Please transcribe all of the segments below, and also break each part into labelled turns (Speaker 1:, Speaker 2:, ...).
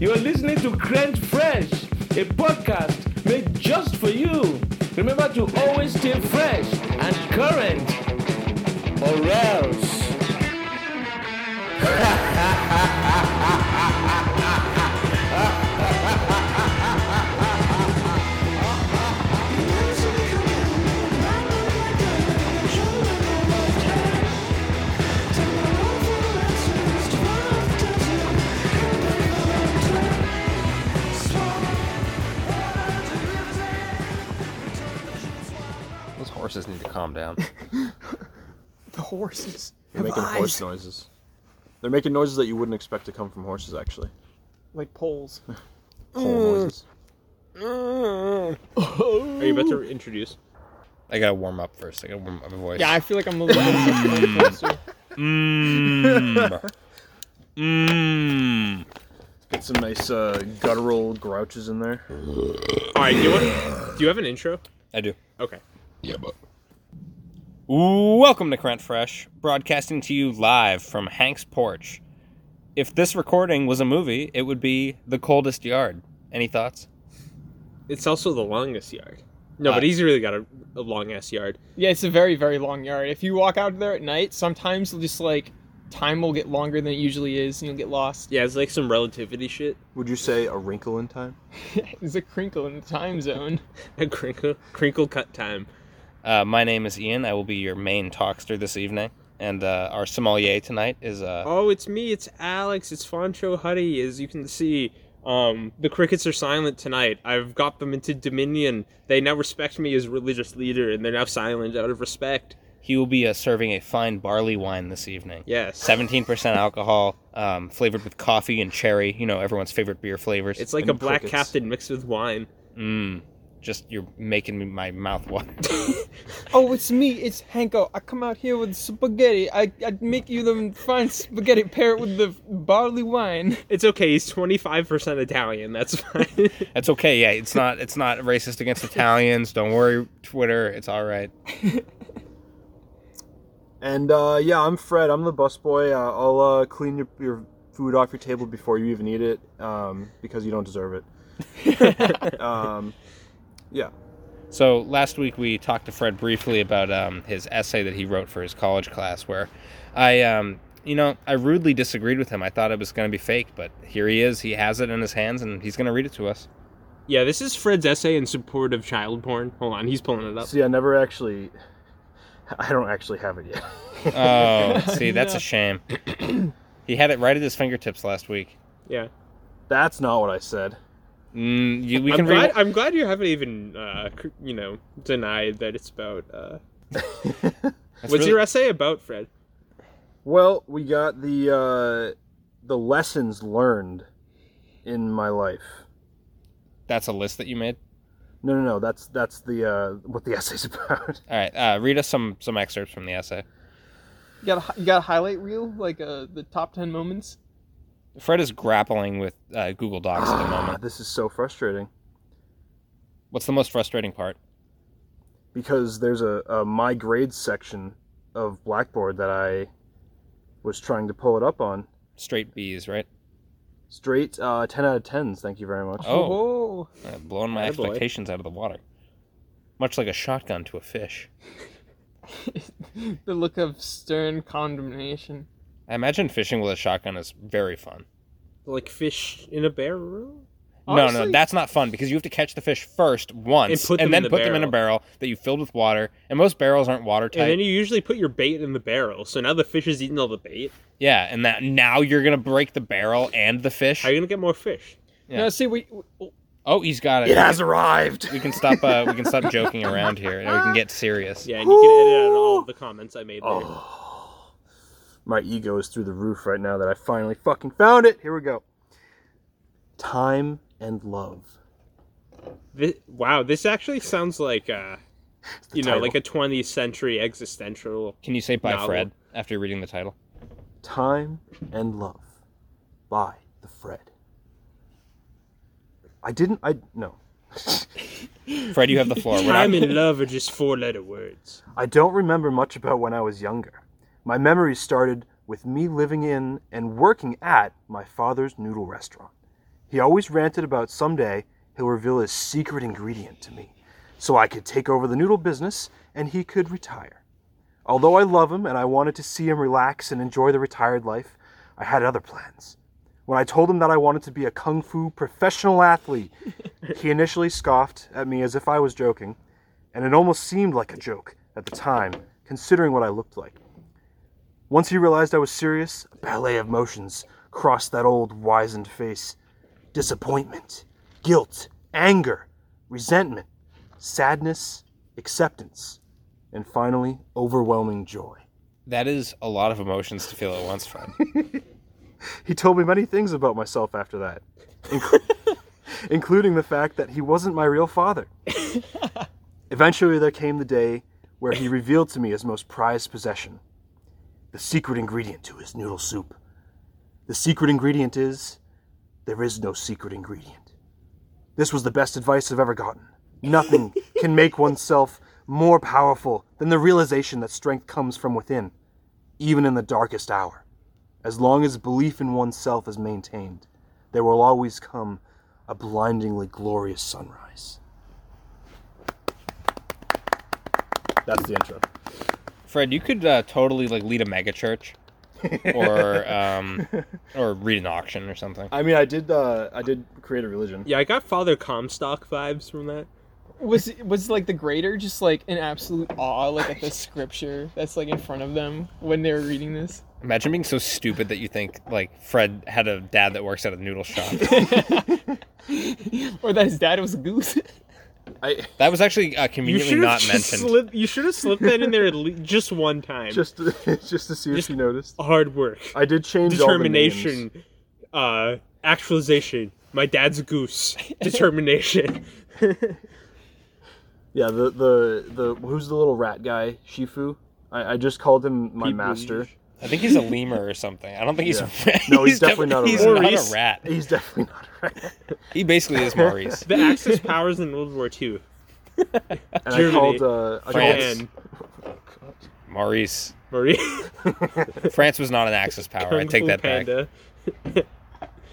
Speaker 1: You are listening to Crunch Fresh, a podcast made just for you. Remember to always stay fresh and current, or else.
Speaker 2: Those horses need to calm down.
Speaker 3: The horses.
Speaker 4: They're making horse noises. They're making noises that you wouldn't expect to come from horses, actually.
Speaker 3: Like poles.
Speaker 4: Whole noises. Are you about to introduce?
Speaker 2: I gotta warm up first. I gotta warm up my voice.
Speaker 3: Yeah, I feel like I'm a little bit closer.
Speaker 2: Mm.
Speaker 4: Get some nice uh, guttural grouches in there.
Speaker 5: All right, you want, do you have an intro?
Speaker 2: I do.
Speaker 5: Okay.
Speaker 2: Yeah, but. Welcome to Crent Fresh, broadcasting to you live from Hank's porch. If this recording was a movie, it would be The Coldest Yard. Any thoughts?
Speaker 5: It's also the longest yard. No,
Speaker 2: Uh,
Speaker 5: but he's really got a, a long ass yard.
Speaker 3: Yeah, it's a very, very long yard. If you walk out there at night, sometimes you'll just like time will get longer than it usually is and you'll get lost.
Speaker 5: Yeah, it's like some relativity shit.
Speaker 4: Would you say a wrinkle in time?
Speaker 3: There's a crinkle in the time zone.
Speaker 5: A crinkle, crinkle cut time.
Speaker 2: Uh, my name is Ian. I will be your main talkster this evening. And uh, our sommelier tonight is. Uh,
Speaker 5: Oh, it's me. It's Alex. It's Foncho Huddy. As you can see, um, the crickets are silent tonight. I've got them into dominion. They now respect me as religious leader, and they're now silent out of respect.
Speaker 2: He will be uh, serving a fine barley wine this evening.
Speaker 5: Yes.
Speaker 2: 17% alcohol, um, flavored with coffee and cherry. You know, everyone's favorite beer flavors.
Speaker 5: It's like
Speaker 4: And
Speaker 5: a black
Speaker 4: crickets.
Speaker 5: captain mixed with wine.
Speaker 2: just you're making me my mouth water.
Speaker 3: Oh, it's me, it's Hanko. I come out here with spaghetti. I I make you the fine spaghetti, pair it with the barley wine.
Speaker 5: It's okay. He's twenty five percent Italian. That's fine.
Speaker 2: That's okay. Yeah, it's not it's not racist against Italians. Don't worry, Twitter. It's all right.
Speaker 4: And uh, yeah, I'm Fred. I'm the busboy. Uh, I'll uh, clean your, your food off your table before you even eat it um, because you don't deserve it. um, yeah.
Speaker 2: So last week we talked to Fred briefly about um, his essay that he wrote for his college class, where I, um, you know, I rudely disagreed with him. I thought it was going to be fake, but here he is. He has it in his hands, and he's going to read it to us.
Speaker 5: Yeah, this is Fred's essay in support of child porn. Hold on, he's pulling it up.
Speaker 4: See, I never actually. I don't actually have it yet.
Speaker 2: Oh, see, that's a shame. he had it right at his fingertips last week.
Speaker 5: Yeah.
Speaker 4: That's not what I said.
Speaker 2: Mm, you, we
Speaker 5: I'm
Speaker 2: can read.
Speaker 5: glad, I'm glad you haven't even, uh, cr- you know, denied that it's about. Uh... What's
Speaker 2: really-
Speaker 5: your essay about, Fred?
Speaker 4: Well, we got the uh, the lessons learned in my life.
Speaker 2: That's a list that you made.
Speaker 4: No, no, no. That's that's the uh, what the essay's about.
Speaker 2: All right, uh, read us some some excerpts from the essay.
Speaker 3: You got a, hi- you got a highlight reel, like uh, the top ten moments.
Speaker 2: Fred is grappling with uh, Google Docs at the
Speaker 4: Ah,
Speaker 2: moment.
Speaker 4: this is so frustrating
Speaker 2: What's the most frustrating part?
Speaker 4: because there's a, a my grades section of Blackboard that I was trying to pull it up on.
Speaker 2: Straight B's, right?
Speaker 4: Straight uh, ten out of tens. Thank you very much.
Speaker 2: Oh,
Speaker 3: Oh,
Speaker 2: uh, blowing my
Speaker 5: attaboy.
Speaker 2: expectations out of the water. Much like a shotgun to a fish.
Speaker 3: the look of stern condemnation.
Speaker 2: I imagine fishing with a shotgun is very fun.
Speaker 5: Like fish in a barrel?
Speaker 2: no, no,
Speaker 3: Honestly-
Speaker 2: that's not fun because you have to catch the fish first once
Speaker 5: And put them
Speaker 2: then
Speaker 5: in the
Speaker 2: put them in a barrel that you filled with water. And most barrels aren't watertight.
Speaker 5: And then you usually put your bait in the barrel, so now the fish is eating all the bait.
Speaker 2: yeah, and that now you're gonna break the barrel and the fish.
Speaker 5: How are you gonna get more fish?
Speaker 2: Yeah.
Speaker 3: No, see, we, we
Speaker 2: Oh, he's got it.
Speaker 4: It has arrived.
Speaker 2: We can stop. Uh, we can stop joking around here, and we can get serious.
Speaker 5: Yeah, and you can edit out all of the comments I made there.
Speaker 4: Oh. My ego is through the roof right now that I finally fucking found it. Here we go. Time and love.
Speaker 5: Thi- wow, this actually sounds like, uh, you know,
Speaker 4: title.
Speaker 5: like a 20th century existential.
Speaker 2: Can you say bye,
Speaker 5: Novel.
Speaker 2: Fred, after reading the title?
Speaker 4: Time and Love by the Fred. I didn't I no.
Speaker 2: Fred, you have the floor. We're not-
Speaker 5: I'm in love are just four letter words.
Speaker 4: I don't remember much about when I was younger. My memories started with me living in and working at my father's noodle restaurant. He always ranted about someday he'll reveal his secret ingredient to me, so I could take over the noodle business and he could retire. Although I love him and I wanted to see him relax and enjoy the retired life, I had other plans. When I told him that I wanted to be a kung fu professional athlete, he initially scoffed at me as if I was joking, and it almost seemed like a joke at the time, considering what I looked like. Once he realized I was serious, a ballet of motions crossed that old wizened face. Disappointment, guilt, anger, resentment, sadness, acceptance, and finally, overwhelming joy.
Speaker 2: That is a lot of emotions to feel at once, Fred.
Speaker 4: He told me many things about myself after that, inc- including the fact that he wasn't my real father. Eventually, there came the day where he revealed to me his most prized possession the secret ingredient to his noodle soup. The secret ingredient is there is no secret ingredient. This was the best advice I've ever gotten. Nothing can make oneself more powerful than the realization that strength comes from within, even in the darkest hour. As long as belief in oneself is maintained, there will always come a blindingly glorious sunrise. That's the intro.
Speaker 2: Fred, you could uh, totally like lead a mega church, or um, or read an auction or something.
Speaker 4: I mean, I did. Uh, I did create a religion.
Speaker 5: Yeah, I got Father Comstock vibes from that.
Speaker 3: Was was like the grader just like in absolute awe, like at the scripture that's like in front of them when they were reading this?
Speaker 2: Imagine being so stupid that you think like Fred had a dad that works at a noodle shop.
Speaker 3: or that his dad was a goose?
Speaker 4: I
Speaker 2: That was actually uh, conveniently
Speaker 5: should've
Speaker 2: not
Speaker 5: just
Speaker 2: mentioned.
Speaker 5: slip- you should have slipped that in there at least just one time.
Speaker 4: just just to see if
Speaker 5: Just-
Speaker 4: you noticed.
Speaker 5: hard work,
Speaker 4: I did change all the names.
Speaker 5: determination, uh, actualization. My dad's a goose. Determination.
Speaker 4: Yeah, the the the who's the little rat guy? Shifu. I, I just called him my
Speaker 5: Pete
Speaker 4: master.
Speaker 5: Buttigieg.
Speaker 2: I think he's a lemur or something. I don't think he's.
Speaker 4: Yeah. No, he's definitely not a
Speaker 2: he's
Speaker 4: rat.
Speaker 2: not
Speaker 5: Maurice.
Speaker 2: a rat.
Speaker 4: He's definitely not a rat.
Speaker 2: He basically is Maurice.
Speaker 5: The Axis powers in World War II.
Speaker 4: And
Speaker 5: Germany,
Speaker 4: I called uh, I
Speaker 2: France.
Speaker 4: Called,
Speaker 5: And
Speaker 2: Maurice.
Speaker 5: Marie.
Speaker 2: France was not an Axis power. I
Speaker 5: Kung
Speaker 2: take
Speaker 5: Fu
Speaker 2: that back.
Speaker 5: Panda.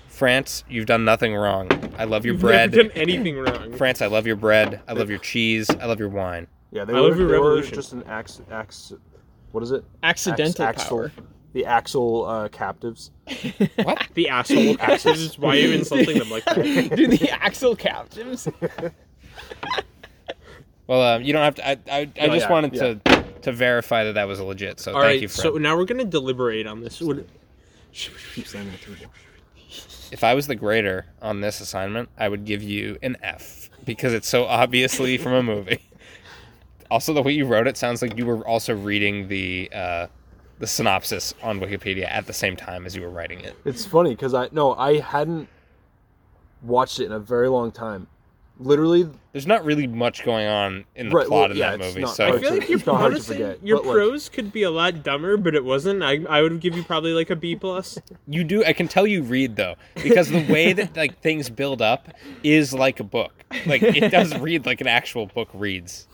Speaker 2: France, you've done nothing wrong. I love your
Speaker 5: You've
Speaker 2: bread.
Speaker 5: Never done anything wrong.
Speaker 2: France, I love your bread. I love your cheese. I love your wine.
Speaker 4: yeah, they
Speaker 5: I love
Speaker 4: were,
Speaker 5: your
Speaker 4: they were
Speaker 5: revolution.
Speaker 4: just an ax ax. What is it?
Speaker 3: Accidental
Speaker 4: Ax- axle-
Speaker 3: power.
Speaker 4: The axle uh, captives.
Speaker 5: the asshole Axis. Why are you insulting them like that?
Speaker 3: Dude, the axle captives.
Speaker 2: Well, um, you don't have to. I, I, I
Speaker 4: No,
Speaker 2: just
Speaker 4: yeah,
Speaker 2: wanted to to verify that that was legit. So
Speaker 5: All
Speaker 2: thank
Speaker 5: right.
Speaker 2: you, Fred.
Speaker 5: so now we're gonna deliberate on this. What-
Speaker 4: Keep slamming it through.
Speaker 2: if I was the grader on this assignment, I would give you an F because it's so obviously from a movie. Also, the way you wrote it sounds like you were also reading the uh, the synopsis on Wikipedia at the same time as you were writing it.
Speaker 4: It's funny because I no, I hadn't watched it in a very long time. Literally,
Speaker 2: There's not really much going on in the
Speaker 4: Right,
Speaker 2: plot
Speaker 4: well,
Speaker 2: in
Speaker 4: yeah,
Speaker 2: that
Speaker 4: it's
Speaker 2: movie,
Speaker 4: not
Speaker 2: so
Speaker 5: I
Speaker 4: hard
Speaker 5: feel
Speaker 4: to-
Speaker 5: like your
Speaker 4: it's not hard to
Speaker 5: honestly-
Speaker 4: forget,
Speaker 5: your
Speaker 4: but, like-
Speaker 5: prose could be a lot dumber, but it wasn't. I I would give you probably like a B plus.
Speaker 2: you do. I can tell you read though because the way that like things build up is like a book. Like it does read like an actual book reads.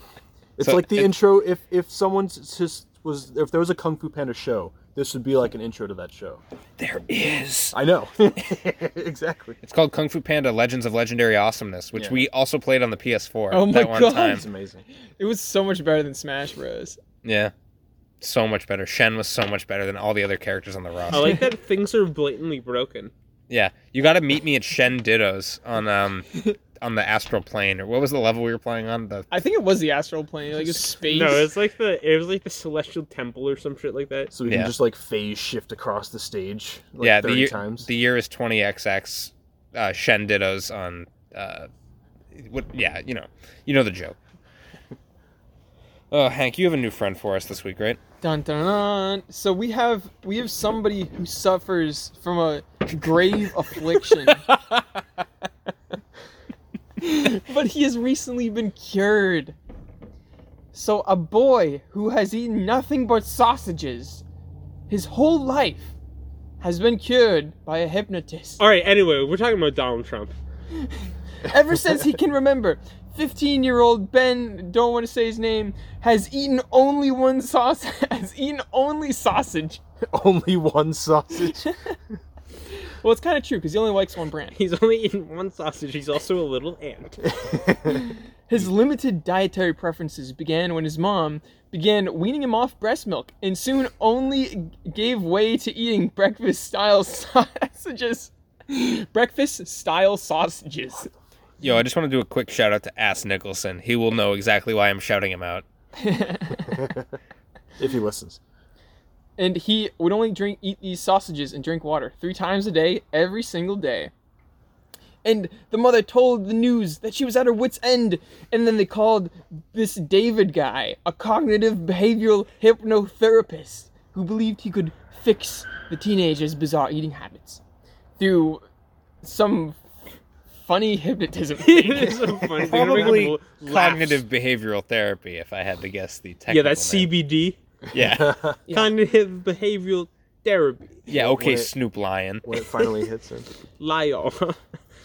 Speaker 4: it's
Speaker 2: So
Speaker 4: like the
Speaker 2: it-
Speaker 4: intro. If if someone's just was if there was a Kung Fu Panda show, this would be like an intro to that show.
Speaker 2: There is.
Speaker 4: I know exactly.
Speaker 2: It's called Kung Fu Panda: Legends of Legendary Awesomeness, which
Speaker 4: Yeah.
Speaker 2: we also played on the PS4
Speaker 3: Oh my
Speaker 2: that one
Speaker 3: God.
Speaker 2: time.
Speaker 4: It's amazing.
Speaker 3: It was so much better than Smash Bros.
Speaker 2: Yeah, so much better. Shen was so much better than all the other characters on the roster.
Speaker 5: I
Speaker 4: Oh.
Speaker 5: like that things are blatantly broken.
Speaker 2: yeah, you got to meet me at Shen Ditto's on um on the astral plane or what was the level we were playing on? The
Speaker 3: I think it was the astral plane, like it's space.
Speaker 5: No, it's like the it was like the celestial temple or some shit like that.
Speaker 4: So we
Speaker 2: Yeah.
Speaker 4: can just like phase shift across the stage like
Speaker 2: yeah the
Speaker 4: 30
Speaker 2: year
Speaker 4: times.
Speaker 2: the year is twenty XX. Uh, Shen Ditto's on uh, what? Yeah, you know, you know the joke. Oh, Hank, you have a new friend for us this week, right?
Speaker 3: Dun dun dun. So we have we have somebody who suffers from a grave affliction. but he has recently been cured. So a boy who has eaten nothing but sausages his whole life has been cured by a hypnotist.
Speaker 5: All right. Anyway, we're talking about Donald Trump.
Speaker 3: Ever since he can remember, 15 year old Ben, don't want to say his name, has eaten only one sauce, has eaten only sausage.
Speaker 4: Only one sausage.
Speaker 3: Well, it's kind of true because he only likes one brand.
Speaker 5: He's only eaten one sausage. He's also a little ant.
Speaker 3: His limited dietary preferences began when his mom began weaning him off breast milk and soon only g- gave way to eating breakfast style sausages. Breakfast style sausages.
Speaker 2: Yo, I just want to do a quick shout out to Ass Nicholson. He will know exactly why I'm shouting him out.
Speaker 4: if he listens.
Speaker 3: And he would only drink eat these sausages and drink water three times a day, every single day. And the mother told the news that she was at her wits' end, and then they called this David guy a cognitive behavioral hypnotherapist who believed he could fix the teenager's bizarre eating habits through some funny hypnotism.
Speaker 5: It's so funny. They're gonna make
Speaker 2: Probably
Speaker 5: him laugh.
Speaker 2: cognitive behavioral therapy, if I had to guess the technical
Speaker 5: Yeah, that's
Speaker 2: name.
Speaker 5: CBD.
Speaker 2: Yeah,
Speaker 5: Cognitive behavioral therapy.
Speaker 2: yeah. Okay,
Speaker 4: Wait.
Speaker 2: Snoop Lion.
Speaker 4: When it finally hits him.
Speaker 5: Liar.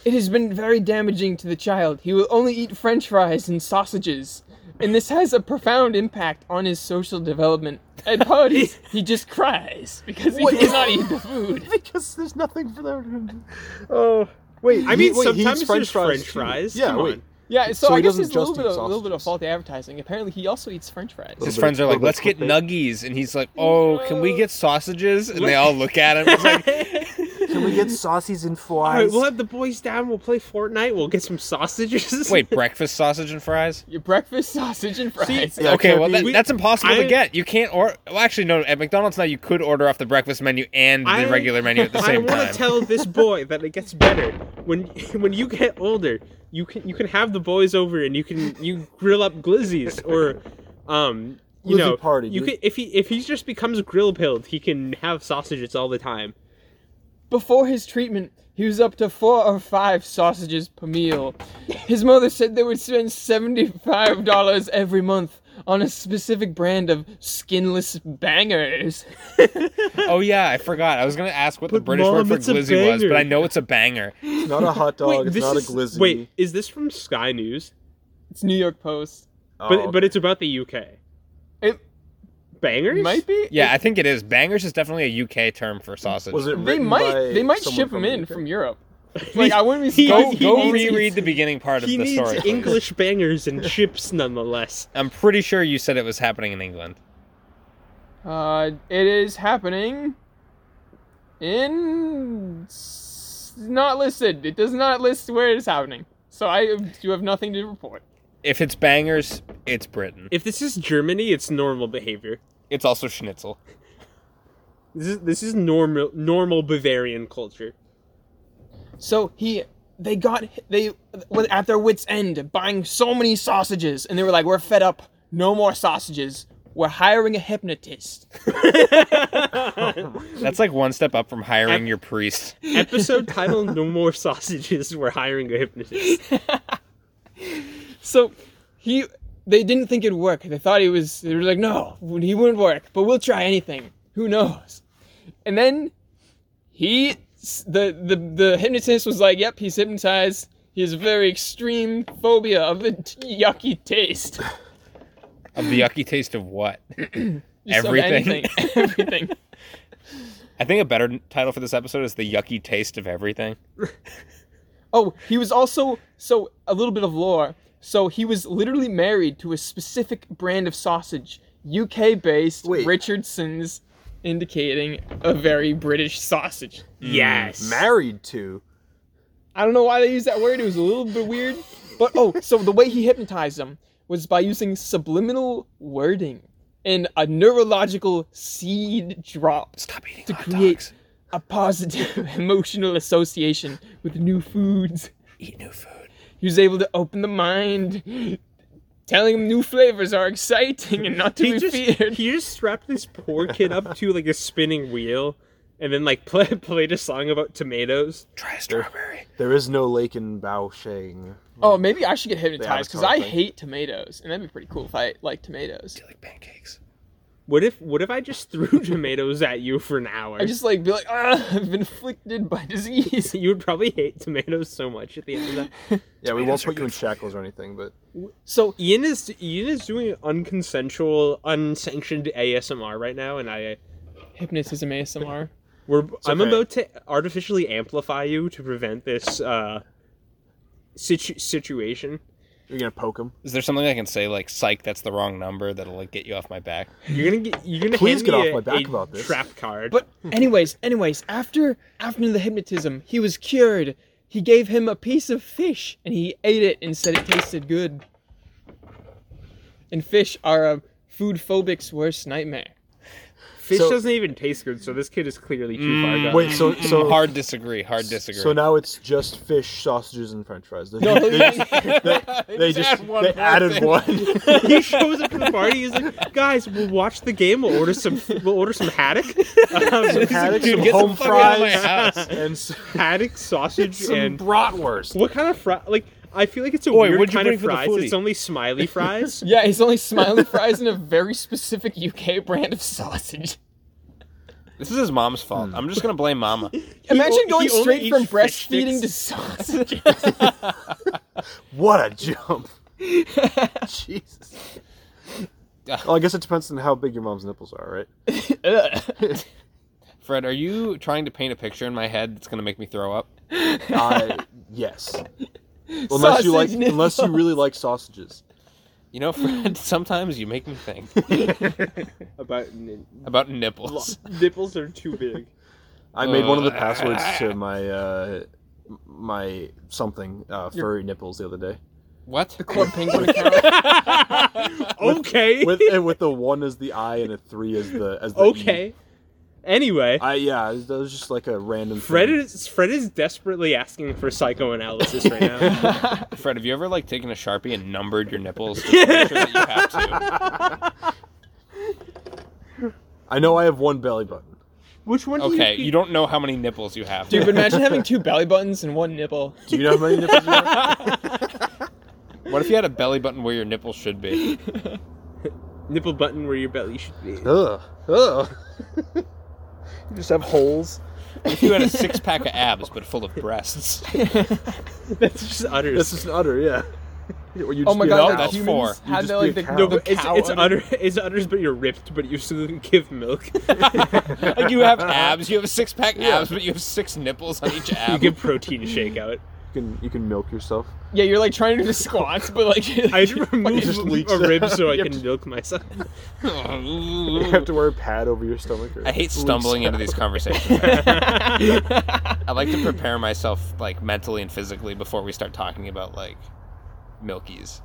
Speaker 3: It has been very damaging to the child. He will only eat french fries and sausages. And this has a profound impact on his social development. At parties, he just cries because he cannot eat the food.
Speaker 4: because there's nothing for them to do. Oh. Wait,
Speaker 5: I
Speaker 4: he-
Speaker 5: mean,
Speaker 4: wait, he eats
Speaker 5: sometimes
Speaker 4: french
Speaker 5: there's
Speaker 4: fries.
Speaker 5: french
Speaker 4: too.
Speaker 5: fries.
Speaker 4: Yeah,
Speaker 5: Come
Speaker 4: wait.
Speaker 5: on.
Speaker 3: Yeah, so,
Speaker 4: So he
Speaker 3: I guess
Speaker 4: doesn't
Speaker 3: there's a little
Speaker 4: just
Speaker 3: bit,
Speaker 4: eat
Speaker 3: of, a little bit of
Speaker 4: sausages.
Speaker 3: faulty advertising. Apparently, he also eats french fries.
Speaker 2: His
Speaker 4: bit-
Speaker 2: friends are like,
Speaker 4: little
Speaker 2: "Let's
Speaker 4: bit
Speaker 2: get nuggies," and he's like, "Oh, can we get sausages?" And they all look at him. It's like,
Speaker 4: Can we get saucies and
Speaker 5: All right,
Speaker 4: flies?
Speaker 5: we'll have the boys down. We'll play Fortnite. We'll get some sausages.
Speaker 2: "Wait, breakfast sausage and fries?"
Speaker 3: Your breakfast sausage and fries.
Speaker 4: Yeah,
Speaker 2: okay,
Speaker 4: can't
Speaker 2: well
Speaker 4: be-
Speaker 2: that,
Speaker 5: We-
Speaker 2: that's impossible
Speaker 5: I-
Speaker 2: to get. You can't order. Well, actually, no. At McDonald's now, you could order off the breakfast menu and the
Speaker 5: I-
Speaker 2: regular menu at the
Speaker 5: I
Speaker 2: same
Speaker 5: want
Speaker 2: time.
Speaker 5: to tell this boy that it gets better when when you get older. You can you can have the boys over and you can you grill up glizzies or, um, you
Speaker 4: Glizzy
Speaker 5: know,
Speaker 4: party,
Speaker 5: You
Speaker 4: dude.
Speaker 5: can if he if he just becomes grill pilled, he can have sausages all the time.
Speaker 3: Before his treatment, he was up to four or five sausages per meal. His mother said they would spend $75 every month on a specific brand of skinless bangers.
Speaker 2: oh yeah, I forgot. I was gonna ask what the
Speaker 5: But
Speaker 2: British word
Speaker 5: Mom,
Speaker 2: for
Speaker 5: it's a
Speaker 2: glizzy was, but
Speaker 5: banger.
Speaker 2: I know it's a banger.
Speaker 4: It's not a hot dog. it's
Speaker 5: this
Speaker 4: not
Speaker 5: is
Speaker 4: a glizzy.
Speaker 5: wait, is this from Sky News?
Speaker 3: It's New York Post.
Speaker 4: Oh,
Speaker 5: But but it's about the UK.
Speaker 3: It
Speaker 5: Bangers?
Speaker 3: might be.
Speaker 2: Yeah, I think it is. Bangers is definitely a UK term for sausage.
Speaker 4: was it
Speaker 3: they
Speaker 4: written
Speaker 3: might.
Speaker 4: by
Speaker 3: They might
Speaker 4: someone
Speaker 3: ship them in
Speaker 4: the-
Speaker 3: from Europe. Like I wouldn't be
Speaker 5: He-
Speaker 2: go
Speaker 3: surprised.
Speaker 5: he
Speaker 2: go
Speaker 5: needs-
Speaker 2: reread the beginning part of
Speaker 5: He
Speaker 2: the
Speaker 5: needs
Speaker 2: story. please.
Speaker 5: English bangers and chips, nonetheless.
Speaker 2: I'm pretty sure you said it was happening in England.
Speaker 3: Uh, it is happening. In it's not listed. It does not list where it is happening. So I do have nothing to report.
Speaker 2: If it's bangers, it's Britain.
Speaker 5: If this is Germany, it's normal behavior.
Speaker 2: It's also schnitzel.
Speaker 5: This is this is normal normal Bavarian culture.
Speaker 3: So he, they got they were at their wits end buying so many sausages, and they were like, "We're fed up. No more sausages. We're hiring a hypnotist."
Speaker 2: That's like one step up from hiring your priest.
Speaker 5: Episode title: No more sausages. We're hiring a hypnotist.
Speaker 3: So he they didn't think it'd work. They thought he was they were like, no, he wouldn't work, but we'll try anything. Who knows? And then he the the the hypnotist was like, Yep, he's hypnotized. He has a very extreme phobia of the t- yucky taste. Just
Speaker 2: Of the yucky taste of what?
Speaker 3: of
Speaker 2: Everything.
Speaker 3: anything, everything.
Speaker 2: I think a better n- title for this episode is The Yucky Taste of Everything.
Speaker 3: Oh, he was also so a little bit of lore. So he was literally married to a specific brand of sausage, UK-based
Speaker 4: Wait.
Speaker 3: Richardson's, indicating a very British sausage.
Speaker 5: yes.
Speaker 4: Married to.
Speaker 3: I don't know why they used that word. It was a little bit weird. But oh, so the way he hypnotized them was by using subliminal wording and a neurological seed drop
Speaker 2: Stop eating
Speaker 3: to
Speaker 2: hot
Speaker 3: create
Speaker 2: dogs.
Speaker 3: a positive emotional association with new foods.
Speaker 2: Eat new food.
Speaker 3: He was able to open the mind, telling him new flavors are exciting and not to
Speaker 5: He
Speaker 3: be
Speaker 5: just
Speaker 3: feared.
Speaker 5: he just strapped this poor kid up to like a spinning wheel, and then like play, played a song about tomatoes.
Speaker 2: Try a strawberry.
Speaker 4: There is no lake in Baosheng.
Speaker 3: Oh, maybe I should get hypnotized because
Speaker 4: avatar
Speaker 3: I
Speaker 4: thing.
Speaker 3: hate tomatoes, and that'd be pretty cool if I like tomatoes.
Speaker 2: You like pancakes.
Speaker 5: What if what if I just threw tomatoes at you for an hour?
Speaker 3: I just like be like, ah, I've been afflicted by disease.
Speaker 5: you would probably hate tomatoes so much at the end of that.
Speaker 4: Yeah, we won't
Speaker 2: Tomatoes are
Speaker 4: put you in
Speaker 2: good for
Speaker 4: shackles or anything, but
Speaker 3: So
Speaker 5: Ian is Ian is doing unconsensual, unsanctioned ASMR right now, and I
Speaker 3: hypnotism ASMR.
Speaker 5: We're, I'm
Speaker 4: okay.
Speaker 5: about to artificially amplify you to prevent this uh, situ- situation.
Speaker 4: You're gonna poke him.
Speaker 2: Is there something I can say like "psych"? That's the wrong number. That'll like get you off my back.
Speaker 5: You're gonna get. You're gonna
Speaker 4: Please
Speaker 5: hand
Speaker 4: get
Speaker 5: me
Speaker 4: off
Speaker 5: a-
Speaker 4: my back
Speaker 5: a
Speaker 4: about this.
Speaker 5: Trap card.
Speaker 3: But anyways, anyways, after after the hypnotism, he was cured. He gave him a piece of fish and he ate it and said it tasted good. And fish are a food phobic's worst nightmare.
Speaker 5: fish
Speaker 4: so-
Speaker 5: doesn't even taste good, so this kid is clearly too far gone.
Speaker 4: Wait, so so
Speaker 2: hard disagree. Hard disagree.
Speaker 4: So now it's just fish, sausages, and French fries. They,
Speaker 3: No,
Speaker 4: they just, they
Speaker 2: They
Speaker 4: just-
Speaker 2: add one
Speaker 4: they
Speaker 2: more
Speaker 4: added
Speaker 2: thing.
Speaker 4: one.
Speaker 5: he shows up to the party. He's like, "Guys, we'll watch the game. We'll order some. We'll order some haddock, um,
Speaker 4: Haddock,
Speaker 2: Dude,
Speaker 4: some
Speaker 2: get the
Speaker 4: home
Speaker 2: fuck out of my
Speaker 4: fries,
Speaker 2: house.
Speaker 4: and s-
Speaker 5: haddock sausage,
Speaker 4: some
Speaker 5: and
Speaker 4: bratwurst.
Speaker 5: what kind of fry? Like, I feel like it's a
Speaker 2: Oi,
Speaker 5: weird
Speaker 2: what'd you
Speaker 5: kind
Speaker 2: bring
Speaker 5: of
Speaker 2: for the
Speaker 5: fries.
Speaker 2: footy?
Speaker 5: It's only smiley fries.
Speaker 3: Yeah, it's only smiley fries and a very specific UK brand of sausage.
Speaker 2: This is his mom's fault. I'm just gonna blame Mama.
Speaker 3: Imagine
Speaker 5: o-
Speaker 3: going
Speaker 5: he only
Speaker 3: straight from
Speaker 5: eats fish
Speaker 3: breastfeeding to
Speaker 5: sticks.
Speaker 3: sausage.
Speaker 4: What a jump! Jesus. Well, I guess it depends on how big your mom's nipples are, right?
Speaker 2: Fred, are you trying to paint a picture in my head that's gonna make me throw up?
Speaker 4: Uh, yes. Unless you like,
Speaker 3: Sausage
Speaker 4: unless you really like sausages.
Speaker 2: You know, Fred. Sometimes you make me think
Speaker 5: About n-
Speaker 2: about nipples.
Speaker 5: nipples are too big.
Speaker 4: I made one of the passwords to my uh, my something uh, furry nipples the other day.
Speaker 2: What?
Speaker 3: Club Penguin account.
Speaker 5: okay.
Speaker 4: With and with the one as the I and a three as the as the E.
Speaker 5: okay. Anyway,
Speaker 4: I yeah, that was just like a random.
Speaker 5: Fred
Speaker 4: thing.
Speaker 5: is Fred is desperately asking for psychoanalysis right now.
Speaker 2: Fred, have you ever like taken a sharpie and numbered your nipples? Just to make sure that you have to.
Speaker 4: I know I have one belly button.
Speaker 5: Which one?
Speaker 2: Okay,
Speaker 5: Do
Speaker 2: you don't know how many nipples you have.
Speaker 3: Dude, but imagine having two belly buttons and one nipple.
Speaker 4: Do you know how many nipples you have?
Speaker 2: What if you had a belly button where your nipples should be?
Speaker 5: nipple button where your belly should be.
Speaker 4: Ugh, ugh. you just have holes.
Speaker 2: What if you had a six pack of abs but full of breasts?
Speaker 5: That's just utter.
Speaker 4: That's just an udder, yeah. Or you'd
Speaker 3: Oh
Speaker 4: just
Speaker 3: my
Speaker 4: be a
Speaker 3: god,
Speaker 4: cow.
Speaker 3: like
Speaker 2: that's
Speaker 3: humans
Speaker 2: four.
Speaker 4: You'd
Speaker 3: had
Speaker 4: just
Speaker 3: the,
Speaker 4: be
Speaker 3: like
Speaker 4: a
Speaker 3: the,
Speaker 4: cow.
Speaker 5: no,
Speaker 3: the
Speaker 5: but it's
Speaker 3: cow
Speaker 5: it's
Speaker 3: udder.
Speaker 5: utter. It's utters, but you're ripped, but you still give milk.
Speaker 2: Like you have abs, you have a six pack abs, but you have six nipples on each
Speaker 5: you
Speaker 2: ab.
Speaker 5: give protein shake out.
Speaker 4: You can you can milk yourself.
Speaker 3: Yeah, you're like trying to do the squats, but like
Speaker 5: I just remove
Speaker 4: just leaks
Speaker 5: a rib
Speaker 4: out.
Speaker 5: so I
Speaker 4: You
Speaker 5: can
Speaker 4: have
Speaker 5: milk myself.
Speaker 4: You have to wear a pad over your stomach. Or
Speaker 2: I hate stumbling into these conversations. I like to prepare myself like mentally and physically before we start talking about like milkies.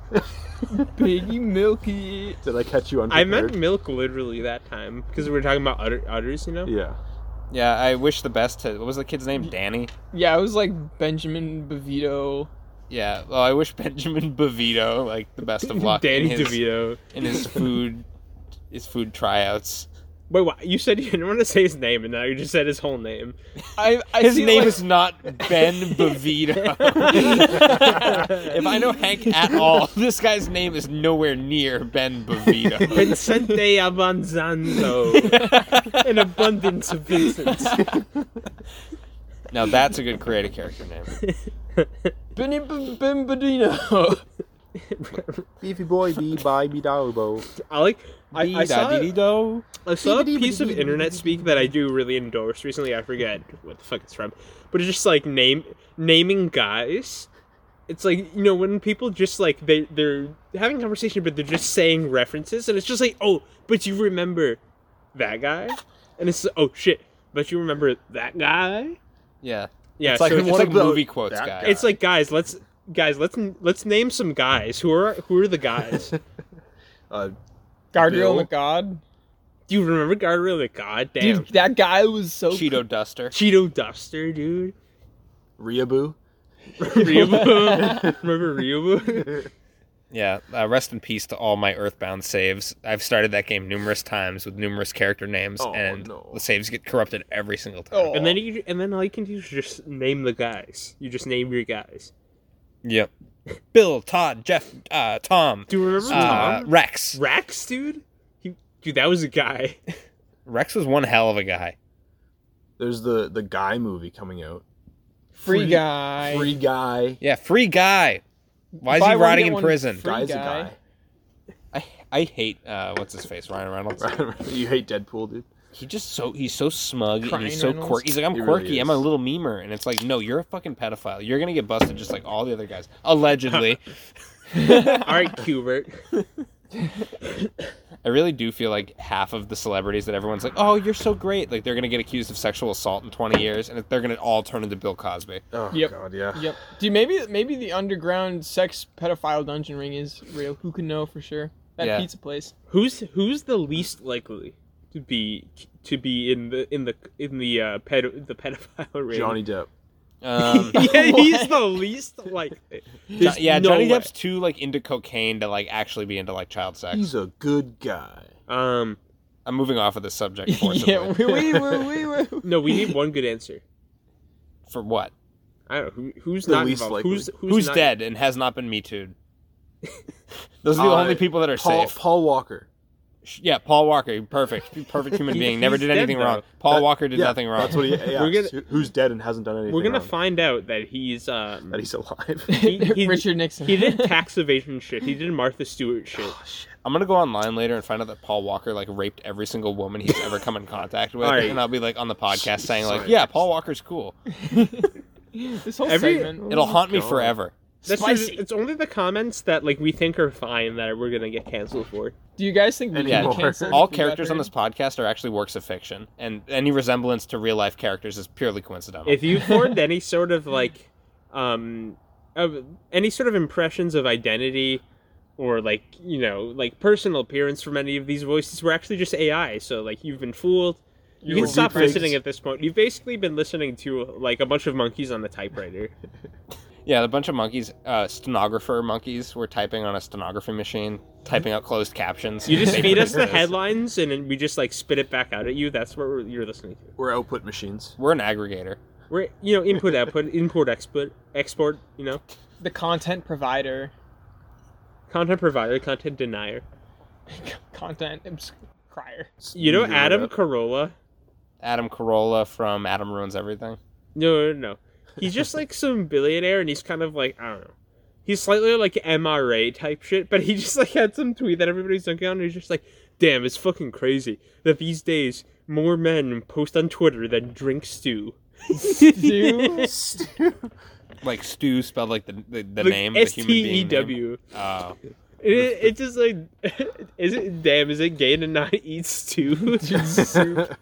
Speaker 3: Piggy Milky.
Speaker 4: Did I catch you
Speaker 5: I
Speaker 4: unprepared?
Speaker 5: meant milk literally that time because we were talking about utter, udders, you know.
Speaker 4: Yeah.
Speaker 2: Yeah, I wish the best to what was the kid's name? Danny.
Speaker 3: Yeah, it was like Benjamin Bevito.
Speaker 2: Yeah, well, I wish Benjamin Bovito like the best of luck.
Speaker 5: Danny
Speaker 2: in his,
Speaker 5: DeVito.
Speaker 2: in his food, his food tryouts.
Speaker 5: Wait, what? You said you didn't want to say his name, and now you just said his whole name.
Speaker 3: I, I
Speaker 2: His
Speaker 3: see,
Speaker 2: name
Speaker 3: like-
Speaker 2: is not Ben Bovito. if I know Hank at all, this guy's name is nowhere near Ben Bovito.
Speaker 5: Vincente Avanzanzo. An abundance of Vincents.
Speaker 2: Now that's a good creative character name.
Speaker 3: Benny B- Bimbadino.
Speaker 4: Beefy boy, be by be darbo.
Speaker 5: I like. I, I saw,
Speaker 2: Dee-da-dee-dee-do.
Speaker 5: I saw a piece of internet speak that I do really endorse recently. I forget what the fuck it's from, but it's just like name naming guys. It's like you know when people just like they they're having conversation, but they're just saying references, and it's just like oh, but you remember that guy, and it's oh shit, but you remember that guy.
Speaker 2: Yeah.
Speaker 5: Yeah,
Speaker 2: It's like,
Speaker 5: so
Speaker 2: it's
Speaker 4: one
Speaker 2: like
Speaker 4: of the-
Speaker 2: movie quotes
Speaker 4: that
Speaker 2: guy.
Speaker 5: it's like guys, let's guys let's let's name some guys who are who are the guys.
Speaker 4: Uh,
Speaker 3: Guardian
Speaker 4: Bill.
Speaker 3: McGod.
Speaker 5: Do you remember Guardian? Like, God damn.
Speaker 3: Dude, that guy was so.
Speaker 2: Cheeto Duster.
Speaker 5: Cheeto Duster, dude.
Speaker 4: Riabu.
Speaker 5: Ryobu. remember Ryobu?
Speaker 2: Yeah, uh, rest in peace to all my Earthbound saves. I've started that game numerous times with numerous character names,
Speaker 4: Oh,
Speaker 2: and
Speaker 4: no.
Speaker 2: the saves get corrupted every single time.
Speaker 3: Oh.
Speaker 5: and then you and then all you can do is just name the guys. You just name your guys.
Speaker 2: Yep. Bill, Todd, Jeff, uh, Tom,
Speaker 5: Do you remember
Speaker 2: uh,
Speaker 5: Tom?
Speaker 2: Rex.
Speaker 5: Rax, dude? He, dude, that was a guy.
Speaker 2: Rex was one hell of a guy.
Speaker 4: There's the the guy movie coming out.
Speaker 3: Free guy.
Speaker 4: Free guy.
Speaker 2: Yeah, free guy. Why is
Speaker 3: Buy
Speaker 2: he
Speaker 3: one,
Speaker 2: rotting
Speaker 3: get
Speaker 2: in
Speaker 3: one
Speaker 2: prison?
Speaker 3: free.
Speaker 4: Guy's
Speaker 3: guy.
Speaker 2: I I hate uh, what's his face, Ryan Reynolds.
Speaker 4: a guy. you hate Deadpool, dude.
Speaker 2: he just so he's so smug and
Speaker 5: Ryan
Speaker 2: he's so
Speaker 5: Reynolds?
Speaker 2: quirky. He's like, I'm
Speaker 5: He really
Speaker 2: quirky. I'm a
Speaker 5: is.
Speaker 2: little memer, and it's like, no, you're a fucking pedophile. You're gonna get busted just like all the other guys, allegedly.
Speaker 5: All right, Cubert.
Speaker 2: I really do feel like half of the celebrities that everyone's like, oh, you're so great, like they're gonna get accused of sexual assault in 20 years, and they're gonna all turn into Bill Cosby.
Speaker 4: Oh
Speaker 3: Yep.
Speaker 4: god, yeah.
Speaker 3: Yep. Do you, maybe maybe the underground sex pedophile dungeon ring is real. Who can know for sure? That
Speaker 2: Yeah.
Speaker 3: pizza place.
Speaker 5: Who's who's the least likely to be to be in the in the in the uh, pedo, the pedophile ring?
Speaker 4: Johnny Depp.
Speaker 2: Um,
Speaker 5: yeah, he's the least likely.
Speaker 2: Jo-
Speaker 5: There's
Speaker 2: yeah,
Speaker 5: no
Speaker 2: Johnny
Speaker 5: way.
Speaker 2: Depp's too like into cocaine to like actually be into like child sex.
Speaker 5: Mm.
Speaker 4: He's a good guy.
Speaker 5: Um,
Speaker 2: I'm moving off of this subject forcibly.
Speaker 3: yeah, we we we we. we.
Speaker 5: no, we need one good answer.
Speaker 2: For what?
Speaker 5: I don't know who, who's
Speaker 4: The
Speaker 5: not
Speaker 4: least
Speaker 5: involved.
Speaker 4: likely.
Speaker 5: Who's who's,
Speaker 2: Who's
Speaker 5: not-
Speaker 2: dead and has not been me too? Those are the
Speaker 4: Uh,
Speaker 2: only people that are
Speaker 4: Paul
Speaker 2: safe.
Speaker 4: Paul Walker.
Speaker 2: Sh- Yeah, Paul Walker, perfect, perfect human being, never
Speaker 5: He's
Speaker 2: did
Speaker 5: dead,
Speaker 2: anything
Speaker 5: though.
Speaker 2: wrong. Paul
Speaker 4: That-
Speaker 2: Walker did
Speaker 4: yeah,
Speaker 2: nothing wrong.
Speaker 4: That's what he he
Speaker 5: We're
Speaker 4: asks. Who- Who's dead and hasn't done anything.
Speaker 5: We're gonna
Speaker 4: wrong.
Speaker 5: find out that he's um
Speaker 4: that he's alive.
Speaker 5: he, he-
Speaker 3: Richard Nixon.
Speaker 5: He did tax evasion shit. He did Martha Stewart shit.
Speaker 2: I'm gonna go online later and find out that Paul Walker like raped every single woman he's ever come in contact with,
Speaker 5: All right. Oh
Speaker 2: and I'll be like on the podcast saying like,
Speaker 4: Christ.
Speaker 2: "Yeah, Paul Walker's cool.
Speaker 3: this whole
Speaker 5: Every-
Speaker 3: segment.
Speaker 2: It'll haunt me
Speaker 4: God.
Speaker 2: forever."
Speaker 5: That's
Speaker 2: Spicy.
Speaker 5: just- it's only the comments that like we think are fine that we're gonna get canceled for.
Speaker 3: Do you guys think we
Speaker 4: Yeah.
Speaker 3: can cancel?
Speaker 2: All characters on this podcast are actually works of fiction, and any resemblance to real life characters is purely coincidental.
Speaker 5: If you formed any sort of like, um, of any sort of impressions of identity, or like you know like personal appearance from any of these voices, we're actually just AI. So like you've been fooled. You
Speaker 4: were
Speaker 5: can stop
Speaker 4: deepfaked.
Speaker 5: listening at this point. You've basically been listening to like a bunch of monkeys on the typewriter.
Speaker 2: Yeah, a bunch of monkeys, uh, stenographer monkeys, were typing on a stenography machine, typing out closed captions.
Speaker 5: You just feed us the
Speaker 2: Papers.
Speaker 5: headlines and then we just like spit it back out at you. That's what we're, you're listening to.
Speaker 4: We're output machines.
Speaker 2: We're an aggregator.
Speaker 5: We're you know input output import export export you know
Speaker 3: The content provider,
Speaker 5: content provider content denier.
Speaker 3: content obs- crier.
Speaker 5: You know
Speaker 4: Either
Speaker 5: Adam
Speaker 4: that.
Speaker 5: Carolla.
Speaker 2: Adam Carolla from Adam Ruins Everything.
Speaker 5: No, no, no. He's just like some billionaire, and he's kind of like I don't know. He's slightly like MRA type shit, but he just like had some tweet that everybody's looking on, and he's just like, "Damn, it's fucking crazy that these days more men post on Twitter than drink stew."
Speaker 3: Dude,
Speaker 2: Like Stu spelled like the the, the
Speaker 5: Like,
Speaker 2: name,
Speaker 5: S T
Speaker 2: the human being.
Speaker 5: E
Speaker 2: name.
Speaker 5: W.
Speaker 2: Oh.
Speaker 5: It, it's just like, is it damn? Is it gay to not eat stew?
Speaker 3: soup.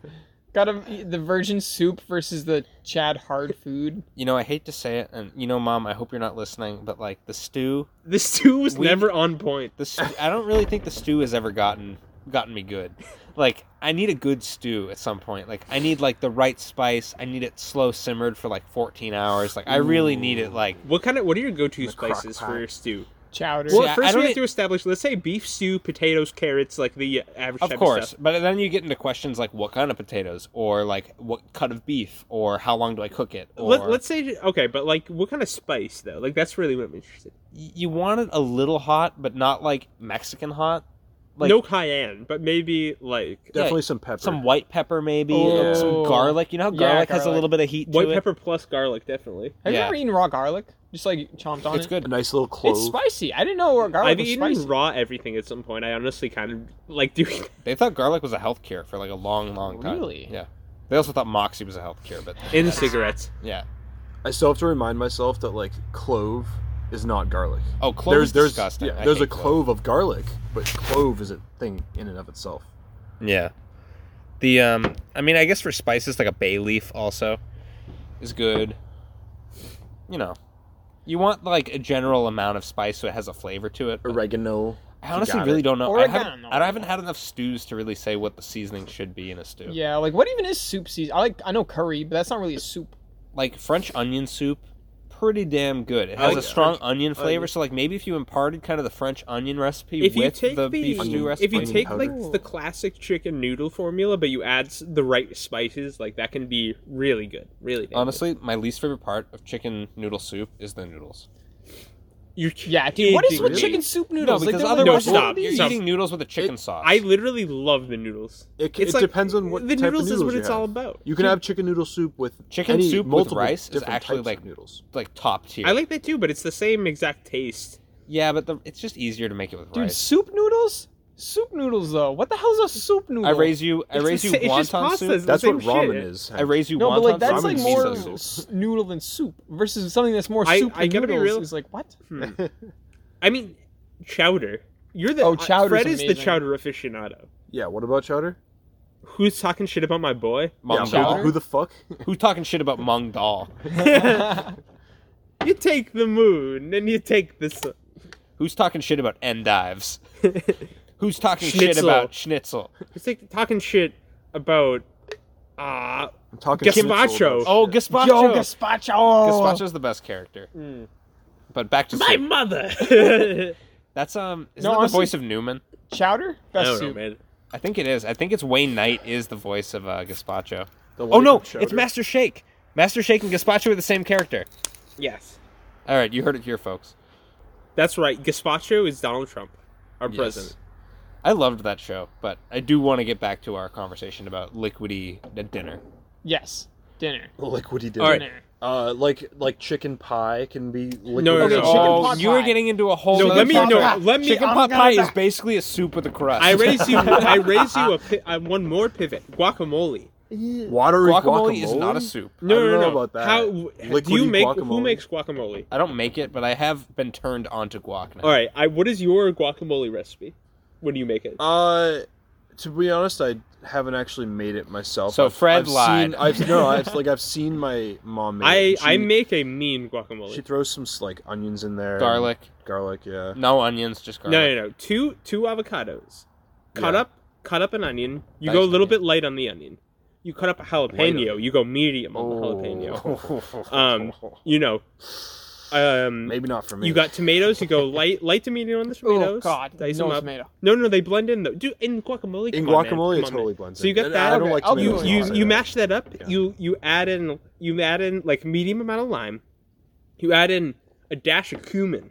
Speaker 3: Gotta eat the virgin soup versus the Chad hard food.
Speaker 2: You know, I hate to say it, and you know, Mom, I hope you're not listening, but like the stew,
Speaker 5: the stew was
Speaker 2: We-
Speaker 5: never on point.
Speaker 2: the stew, I don't really think the stew has ever gotten gotten me good. Like I need a good stew at some point. Like I need like the right spice. I need it slow simmered for like 14 hours. Like I really need it like
Speaker 5: What kind of what are your go-to
Speaker 4: The crock
Speaker 5: spices
Speaker 4: pot.
Speaker 5: for your stew?
Speaker 3: Chowder.
Speaker 5: Well,
Speaker 2: I- I
Speaker 5: first
Speaker 2: don't
Speaker 5: we have
Speaker 2: eat-
Speaker 5: to establish. Let's say beef stew, potatoes, carrots, like the average.
Speaker 2: Of
Speaker 5: type
Speaker 2: course,
Speaker 5: stuff.
Speaker 2: but then you get into questions like what kind of potatoes, or like what cut of beef, or how long do I cook it? Or
Speaker 5: Let, let's say okay, but like what kind of spice though? Like that's really what I'm interested.
Speaker 2: Y- you want it a little hot, but not like Mexican hot, like
Speaker 5: no cayenne, but maybe like
Speaker 2: Yeah,
Speaker 4: Definitely some pepper.
Speaker 2: some white pepper maybe, or
Speaker 4: Oh.
Speaker 2: some garlic. You know how
Speaker 3: Yeah,
Speaker 2: garlic, has a
Speaker 3: garlic.
Speaker 2: little bit of heat.
Speaker 5: white
Speaker 2: to
Speaker 5: pepper plus garlic, definitely.
Speaker 3: Have
Speaker 2: yeah.
Speaker 3: you ever eaten raw garlic? Just like chomped on
Speaker 2: It.
Speaker 3: it?
Speaker 2: It's
Speaker 4: a
Speaker 2: good.
Speaker 4: nice little clove.
Speaker 3: It's spicy. I didn't know raw garlic
Speaker 5: I've
Speaker 3: was
Speaker 5: eaten
Speaker 3: spicy.
Speaker 5: raw everything at some point. I honestly kind of like doing.
Speaker 2: They thought garlic was a health cure for like a long, long time.
Speaker 3: Really?
Speaker 2: Yeah. They also thought Moxie was a health cure, but
Speaker 5: In cigarettes,
Speaker 2: yeah.
Speaker 4: I still have to remind myself that like clove is not garlic.
Speaker 2: Oh, clove
Speaker 4: there's
Speaker 2: is
Speaker 4: there's
Speaker 2: disgusting.
Speaker 4: yeah,
Speaker 2: I
Speaker 4: there's a
Speaker 2: hate
Speaker 4: clove of garlic, but clove is a thing in and of itself.
Speaker 2: Yeah. The um, I mean, I guess for spices like a bay leaf also is good. You know, you want like a general amount of spice so it has a flavor to it. but
Speaker 4: Oregano.
Speaker 2: I honestly
Speaker 4: got
Speaker 2: really
Speaker 4: it.
Speaker 2: don't know. I haven't,
Speaker 3: Oregano.
Speaker 2: I haven't had enough stews to really say what the seasoning should be in a stew.
Speaker 3: Yeah, like what even is soup season? I like I know curry, but that's not really a soup.
Speaker 2: Like French onion soup, pretty damn good. It
Speaker 5: I
Speaker 2: has
Speaker 5: like
Speaker 2: a strong
Speaker 5: French
Speaker 2: onion flavor.
Speaker 5: onion.
Speaker 2: So like maybe if you imparted kind of the French onion recipe
Speaker 5: Oh, if you
Speaker 2: with
Speaker 5: take
Speaker 2: the
Speaker 5: the,
Speaker 2: beef stew recipe,
Speaker 5: if you
Speaker 4: Onion
Speaker 5: take
Speaker 4: powder.
Speaker 5: like the classic chicken noodle formula, but you add s- the right spices, like that can be really good. Really, damn
Speaker 2: honestly, my least favorite part of chicken noodle soup is the noodles.
Speaker 5: good. you're
Speaker 3: Yeah, dude. What is with
Speaker 5: kidding me.
Speaker 3: chicken soup noodles?
Speaker 2: No, because
Speaker 3: they're
Speaker 2: otherwise
Speaker 5: No,
Speaker 3: what
Speaker 5: stop.
Speaker 3: are
Speaker 2: you're
Speaker 3: these?
Speaker 5: Stop.
Speaker 2: eating noodles with a chicken sauce.
Speaker 5: I literally love the noodles.
Speaker 4: It,
Speaker 5: It's
Speaker 4: it
Speaker 5: like-
Speaker 4: depends on what
Speaker 5: the
Speaker 4: type
Speaker 5: noodles
Speaker 4: of
Speaker 5: is
Speaker 4: noodles
Speaker 5: what
Speaker 4: you
Speaker 5: it's
Speaker 4: have.
Speaker 5: all about.
Speaker 4: You can have chicken noodle soup with
Speaker 2: Chicken
Speaker 4: any
Speaker 2: soup with
Speaker 4: multiple
Speaker 2: rice is
Speaker 4: different
Speaker 2: actually,
Speaker 4: types
Speaker 2: like-
Speaker 4: of noodles.
Speaker 2: like top tier.
Speaker 5: I like that too, but it's the same exact taste.
Speaker 2: Yeah, but the, it's just easier to make it with
Speaker 3: Dude,
Speaker 2: rice.
Speaker 3: soup noodles? Soup noodles, though. What the hell's a soup noodle?
Speaker 2: I raise you. I
Speaker 5: It's
Speaker 2: raise
Speaker 5: the
Speaker 2: you
Speaker 5: sa- it's just
Speaker 2: wonton
Speaker 5: pasta.
Speaker 2: soup.
Speaker 5: It's
Speaker 4: That's
Speaker 5: the
Speaker 4: what
Speaker 5: same
Speaker 4: ramen
Speaker 5: shit.
Speaker 4: is.
Speaker 2: I raise you
Speaker 3: No,
Speaker 2: wonton
Speaker 3: but like that's
Speaker 2: soup
Speaker 3: like
Speaker 2: and
Speaker 3: more
Speaker 2: miso soup.
Speaker 3: s- noodle than soup versus something that's more
Speaker 5: I-
Speaker 3: soup
Speaker 5: I
Speaker 3: than
Speaker 5: gotta be
Speaker 3: noodles.
Speaker 5: real.
Speaker 3: Is like what?
Speaker 5: I mean, chowder. You're the
Speaker 3: Oh,
Speaker 5: I-
Speaker 3: chowder's
Speaker 5: Fred is the
Speaker 3: amazing.
Speaker 5: chowder aficionado.
Speaker 4: Yeah, what about chowder?
Speaker 5: Who's talking shit about my boy?
Speaker 2: Mung
Speaker 4: yeah,
Speaker 2: dal.
Speaker 4: Who, who the fuck?
Speaker 2: Who talking shit about Mung Dal?
Speaker 5: You take the moon and you take the sun.
Speaker 2: Who's talking shit about endives? Who's talking shit
Speaker 5: Schnitzel.
Speaker 2: about schnitzel?
Speaker 5: Who's take, talking shit about uh
Speaker 4: I'm talking schnitzel about
Speaker 5: Gazpacho.
Speaker 4: shit.
Speaker 2: Oh, gazpacho. Hmm.
Speaker 3: Yo, gazpacho.
Speaker 2: Gazpacho's the best character. But back to
Speaker 5: my
Speaker 2: soup.
Speaker 5: mother.
Speaker 2: That's um. Is
Speaker 3: No,
Speaker 2: that
Speaker 3: honestly-
Speaker 2: the voice of Newman?
Speaker 3: Chowder.
Speaker 5: I
Speaker 3: Best
Speaker 5: don't know,
Speaker 3: soup.
Speaker 5: man.
Speaker 2: I think it is. I think it's Wayne Knight is the voice of uh, Gazpacho.
Speaker 4: The
Speaker 2: Oh no,
Speaker 4: light
Speaker 2: it's
Speaker 4: chowder.
Speaker 2: Master Shake. Master Shake and Gazpacho are the same character.
Speaker 5: Yes,
Speaker 2: All right, you heard it here, folks.
Speaker 5: that's right. Gazpacho is Donald Trump, our president.
Speaker 2: I loved that show, but I do want to get back to our conversation about liquidy at dinner.
Speaker 3: Yes. Dinner.
Speaker 4: liquidy dinner.
Speaker 5: All right.
Speaker 3: Dinner.
Speaker 4: Uh, like like chicken pie can be liquidy.
Speaker 5: no, no,
Speaker 4: dinner.
Speaker 5: no.
Speaker 3: Oh, pot
Speaker 2: you were
Speaker 3: pie.
Speaker 2: getting into a whole.
Speaker 5: No,
Speaker 2: other
Speaker 5: let me
Speaker 2: topic.
Speaker 5: no, let me.
Speaker 2: Chicken
Speaker 5: I'm
Speaker 2: pot
Speaker 5: gonna-
Speaker 2: pie is basically a soup with a crust.
Speaker 5: I raise you. I raise you a pi- uh, one more pivot. Guacamole.
Speaker 4: watery
Speaker 2: guacamole, is not a soup.
Speaker 5: No,
Speaker 4: I don't
Speaker 5: no,
Speaker 4: know
Speaker 5: no.
Speaker 4: about that.
Speaker 5: How do you
Speaker 4: Liquidy
Speaker 5: make? Who
Speaker 4: guacamole.
Speaker 5: makes guacamole?
Speaker 2: I don't make it, but I have been turned onto guac now.
Speaker 5: All right. I. What is your guacamole recipe? When do you make it?
Speaker 4: Uh, to be honest, I haven't actually made it myself.
Speaker 2: So
Speaker 4: I've-
Speaker 2: Fred
Speaker 4: I've
Speaker 2: lied.
Speaker 4: Seen, I've no, I've like I've seen my mom. Make
Speaker 5: I.
Speaker 4: it. She-
Speaker 5: I make a mean guacamole.
Speaker 4: She throws some like onions in there. and
Speaker 2: Garlic,
Speaker 4: Garlic, yeah.
Speaker 2: no onions, just
Speaker 5: No,
Speaker 2: garlic.
Speaker 5: no, no. Two two avocados. Cut
Speaker 4: Yeah.
Speaker 5: up cut up an onion. You
Speaker 2: Nice
Speaker 5: go a little
Speaker 2: onion.
Speaker 5: bit light on the onion. You cut up a jalapeno. You go medium on
Speaker 4: Oh.
Speaker 5: the jalapeno.
Speaker 4: jalapeno.
Speaker 2: Oh.
Speaker 5: Um, you know, um,
Speaker 4: Maybe not for me.
Speaker 5: you got tomatoes. You go light light to medium on the tomatoes.
Speaker 3: Oh God.
Speaker 5: dice
Speaker 3: no
Speaker 5: them up.
Speaker 3: tomato.
Speaker 5: No, no, they blend in though. Dude, in guacamole.
Speaker 4: in
Speaker 5: come on,
Speaker 4: guacamole,
Speaker 5: man, come
Speaker 4: it
Speaker 5: on,
Speaker 4: totally
Speaker 5: man.
Speaker 4: blends.
Speaker 5: So you
Speaker 4: in.
Speaker 5: got
Speaker 4: And
Speaker 5: that. Oh,
Speaker 4: I don't
Speaker 3: okay,
Speaker 4: like
Speaker 3: I'll
Speaker 4: tomatoes.
Speaker 3: do it.
Speaker 4: in
Speaker 5: You
Speaker 4: mine,
Speaker 5: you
Speaker 4: yeah.
Speaker 5: mash that up.
Speaker 4: Yeah.
Speaker 5: You you add in you add in like medium amount of lime. You add in a dash of cumin.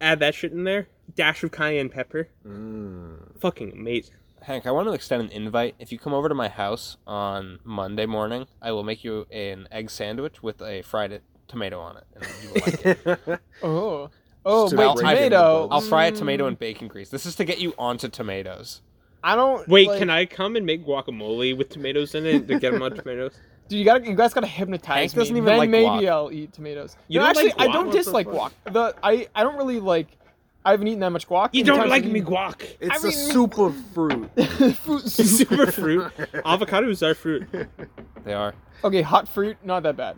Speaker 5: Add that shit in there. Dash of cayenne pepper.
Speaker 4: Mm.
Speaker 5: Fucking amazing.
Speaker 2: Hank, I want to extend an invite. If you come over to my house on Monday morning, I will make you an egg sandwich with a fried tomato on it. And you will like it.
Speaker 3: Oh. Oh
Speaker 4: Just
Speaker 3: wait,
Speaker 4: about right in the
Speaker 3: tomato.
Speaker 4: bowl.
Speaker 2: I'll fry a tomato in bacon grease. This is to get you onto tomatoes.
Speaker 3: I don't.
Speaker 5: Wait,
Speaker 3: like,
Speaker 5: can I come and make guacamole with tomatoes in it to get them on tomatoes?
Speaker 3: Dude, you gotta. You guys gotta hypnotize
Speaker 2: Hank
Speaker 3: me.
Speaker 2: doesn't even
Speaker 3: then
Speaker 2: like
Speaker 3: maybe
Speaker 2: guac.
Speaker 3: I'll eat tomatoes.
Speaker 5: You
Speaker 3: no,
Speaker 5: don't
Speaker 3: actually,
Speaker 5: like
Speaker 3: I
Speaker 5: guac?
Speaker 3: don't
Speaker 5: What the
Speaker 3: dislike guac.
Speaker 5: fuck?
Speaker 3: The I. I don't really like. I haven't eaten that much guac.
Speaker 5: You
Speaker 3: and
Speaker 5: don't
Speaker 3: times
Speaker 5: like
Speaker 3: I've
Speaker 5: me
Speaker 3: eaten-
Speaker 5: guac.
Speaker 4: It's
Speaker 3: I
Speaker 4: a
Speaker 3: mean-
Speaker 4: soup of fruit.
Speaker 3: fruit soup.
Speaker 5: Super fruit. Avocados are fruit.
Speaker 2: They are.
Speaker 3: Okay, hot fruit, not that bad.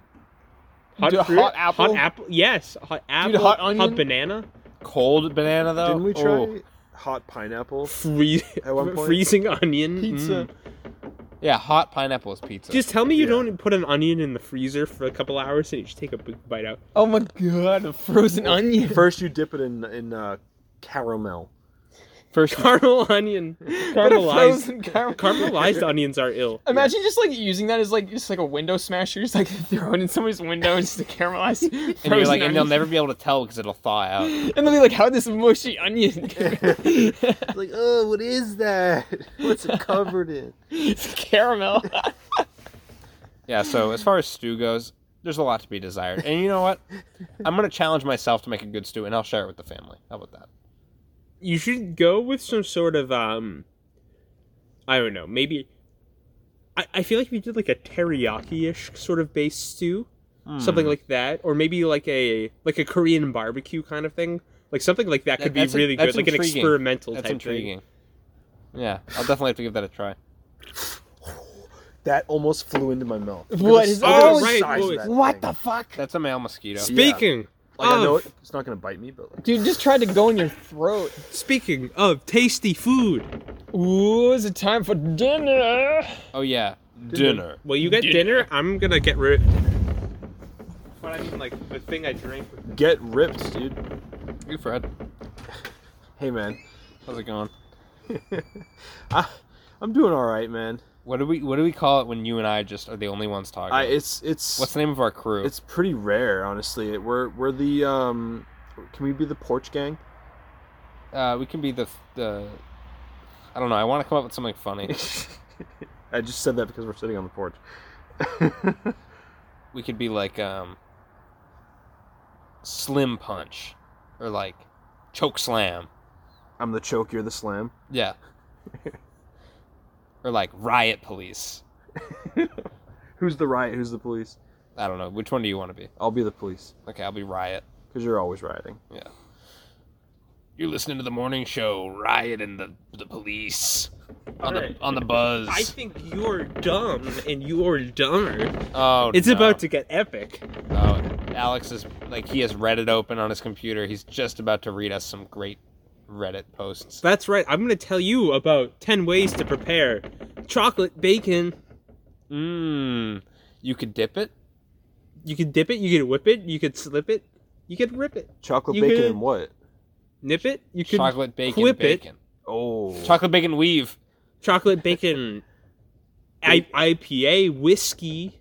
Speaker 5: Hot
Speaker 3: Dude,
Speaker 5: fruit.
Speaker 3: hot apple?
Speaker 5: Hot apple. Yes. Hot apple.
Speaker 3: hot
Speaker 5: hot,
Speaker 3: onion?
Speaker 5: banana.
Speaker 2: Cold banana, though.
Speaker 4: Didn't we try
Speaker 2: Oh.
Speaker 4: hot pineapple?
Speaker 5: Free-
Speaker 4: At one point-
Speaker 5: Freezing onion.
Speaker 3: Pizza.
Speaker 5: Mm.
Speaker 2: Yeah, hot pineapple is pizza.
Speaker 5: Just tell me you
Speaker 4: Yeah.
Speaker 5: don't put an onion in the freezer for a couple hours and you just take a big bite out.
Speaker 3: Oh my god, a frozen onion.
Speaker 4: First, you dip it in in uh, caramel.
Speaker 2: first.
Speaker 5: Caramel onion.
Speaker 3: What a
Speaker 5: Caramelized.
Speaker 3: frozen caramel.
Speaker 5: Caramelized onions are ill.
Speaker 3: Imagine just like using that as like just like a window smasher, just like throw it in somebody's window and just to caramelize.
Speaker 2: and you're like, and they'll never be able to tell because it'll thaw out.
Speaker 3: And they'll be like, how this mushy onion?
Speaker 4: It's like, oh, what is that? What's it covered in?
Speaker 3: it's caramel.
Speaker 2: Yeah. So as far as stew goes, there's a lot to be desired. And you know what? I'm gonna challenge myself to make a good stew, and I'll share it with the family. How about that?
Speaker 5: You should go with some sort of um I don't know, maybe I, I feel like if you did like a teriyaki ish sort of base stew. Something like that. Or maybe like a like a Korean barbecue kind of thing. Like something like that
Speaker 2: That-
Speaker 5: could
Speaker 2: that's
Speaker 5: be
Speaker 2: in-
Speaker 5: really
Speaker 2: that's
Speaker 5: good. Like an
Speaker 2: intriguing.
Speaker 5: experimental
Speaker 2: That's
Speaker 5: type
Speaker 2: intriguing. Yeah, I'll definitely have to give that a try.
Speaker 4: That almost flew into my mouth. Look at
Speaker 3: What
Speaker 4: the
Speaker 3: is-
Speaker 4: s- look at
Speaker 5: oh,
Speaker 4: the
Speaker 5: right,
Speaker 4: size of
Speaker 5: Louis.
Speaker 4: that
Speaker 3: what
Speaker 4: thing.
Speaker 3: the fuck?
Speaker 2: That's a male mosquito.
Speaker 5: thing. Speaking
Speaker 4: Like, I know
Speaker 5: of-
Speaker 4: it, it's not gonna bite me, but like,
Speaker 3: Dude, just tried to go in your throat.
Speaker 5: speaking of tasty food.
Speaker 3: Ooh, is it time for dinner?
Speaker 2: Oh yeah, dinner.
Speaker 5: Well you get dinner, I'm gonna get rid But I mean like the thing I drank with
Speaker 4: get ripped, dude.
Speaker 2: You Fred,
Speaker 4: Hey, man,
Speaker 2: how's it going?
Speaker 4: I, I'm doing all right, man.
Speaker 2: What do we What do we call it when you and I just are the only ones talking?
Speaker 4: I it's it's
Speaker 2: What's the name of our crew?
Speaker 4: it's pretty rare, honestly. It, we're we're the um, can we be the porch gang?
Speaker 2: Uh, we can be the the. I don't know. I want to come up with something funny.
Speaker 4: I just said that because we're sitting on the porch.
Speaker 2: we could be like um. Slim punch, or like choke slam,
Speaker 4: I'm the choke, you're the slam.
Speaker 2: Yeah. or like riot police.
Speaker 4: Who's the riot? Who's the police?
Speaker 2: I don't know. Which one do you want to be?
Speaker 4: I'll be the police
Speaker 2: Okay, I'll be riot.
Speaker 4: because you're always rioting.
Speaker 2: Yeah. You're listening to the morning show, Riot and the the police on
Speaker 5: Alright.
Speaker 2: the on the buzz.
Speaker 5: I think you're dumb and you're dumber.
Speaker 2: oh,
Speaker 5: It's
Speaker 2: no.
Speaker 5: about to get epic.
Speaker 2: Oh, Alex is like he has Reddit open on his computer. He's just about to read us some great Reddit posts.
Speaker 5: That's right. I'm going to tell you about 10 ways to prepare chocolate bacon.
Speaker 2: Mmm. You could dip it.
Speaker 5: You could dip it, you could whip it, you could slip it, you could rip it,
Speaker 4: Chocolate
Speaker 5: You
Speaker 4: bacon
Speaker 5: could-
Speaker 4: and what?
Speaker 5: nip it, you could
Speaker 2: Chocolate bacon.
Speaker 5: quip it.
Speaker 2: bacon.
Speaker 4: Oh,
Speaker 2: Chocolate bacon weave.
Speaker 5: chocolate bacon I- IPA whiskey.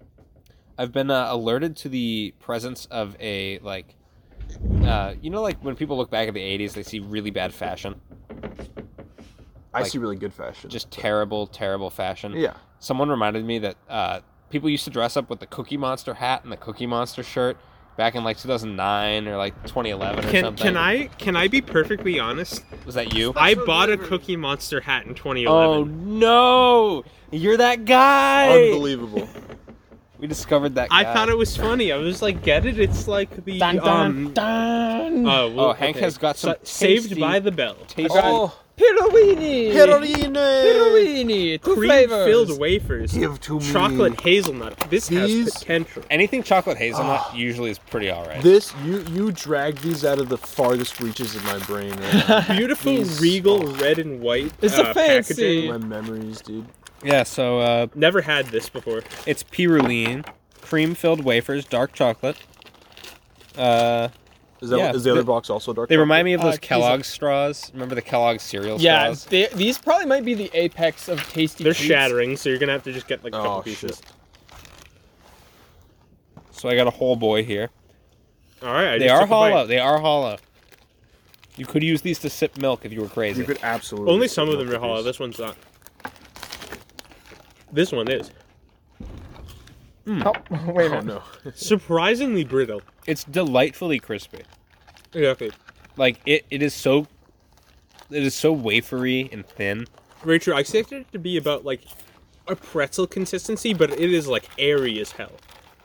Speaker 2: I've been uh, alerted to the presence of a like, uh, you know, like when people look back at the '80s, they see really bad fashion,
Speaker 4: I
Speaker 2: like-
Speaker 4: see really good fashion.
Speaker 2: just terrible, terrible fashion.
Speaker 4: yeah,
Speaker 2: Someone reminded me that uh, people used to dress up with the Cookie Monster hat and the Cookie Monster shirt back in like 2009 or like 2011 or
Speaker 5: Can,
Speaker 2: something.
Speaker 5: can I can I be perfectly honest?
Speaker 2: Was that you?
Speaker 5: I bought a Cookie Monster hat in
Speaker 2: Oh
Speaker 5: 2011.
Speaker 2: no! You're that guy.
Speaker 4: unbelievable.
Speaker 2: We discovered that. Guy.
Speaker 5: I thought it was funny. I was like, get it? It's like the um,
Speaker 3: dun.
Speaker 5: Oh, well,
Speaker 2: Oh, Hank has got some tasty-
Speaker 5: saved by the bell.
Speaker 2: Tasty.
Speaker 4: Oh,
Speaker 3: Pirulini.
Speaker 4: Perorino.
Speaker 3: Pirulini. Two flavors.
Speaker 5: Cream-filled wafers,
Speaker 4: Give to me.
Speaker 5: chocolate hazelnut. This
Speaker 4: These-
Speaker 5: has potential.
Speaker 2: Anything chocolate hazelnut usually is pretty all right.
Speaker 4: This you you dragged these out of the farthest reaches of my brain. right now.
Speaker 5: Beautiful
Speaker 4: These-
Speaker 5: regal
Speaker 4: oh.
Speaker 5: red and white.
Speaker 3: It's a
Speaker 5: uh,
Speaker 3: fancy.
Speaker 5: packaging.
Speaker 4: my memories, dude.
Speaker 2: yeah. So uh,
Speaker 5: Never had this before.
Speaker 2: It's pyruline, cream-filled wafers, dark chocolate. Uh,
Speaker 4: Is that is the
Speaker 2: Yeah,
Speaker 4: other
Speaker 2: the-
Speaker 4: box also dark?
Speaker 2: they remind me of
Speaker 3: Uh,
Speaker 2: those
Speaker 3: these are-
Speaker 2: Kellogg's straws. Remember the Kellogg's cereal
Speaker 3: Yeah,
Speaker 2: straws?
Speaker 3: they, these probably might be the apex of tasty.
Speaker 5: They're
Speaker 3: treats.
Speaker 5: shattering, so you're gonna have to just get like a couple
Speaker 4: Oh
Speaker 5: pieces.
Speaker 4: shit!
Speaker 2: So I got a whole boy here.
Speaker 5: All right, I
Speaker 2: They
Speaker 5: just
Speaker 2: are
Speaker 5: took a bite.
Speaker 2: hollow. They are hollow. You could use these to sip milk if you were crazy.
Speaker 4: You could absolutely
Speaker 5: Only some of them are hollow. This one's not. This one is
Speaker 3: Oh, wait a
Speaker 4: Oh
Speaker 3: minute.
Speaker 4: no!
Speaker 5: surprisingly brittle.
Speaker 2: It's delightfully crispy.
Speaker 5: Exactly.
Speaker 2: Like it, it is so. It is so wafery and thin.
Speaker 5: Rachel, I expected it to be about like a pretzel consistency, but it is like airy as hell.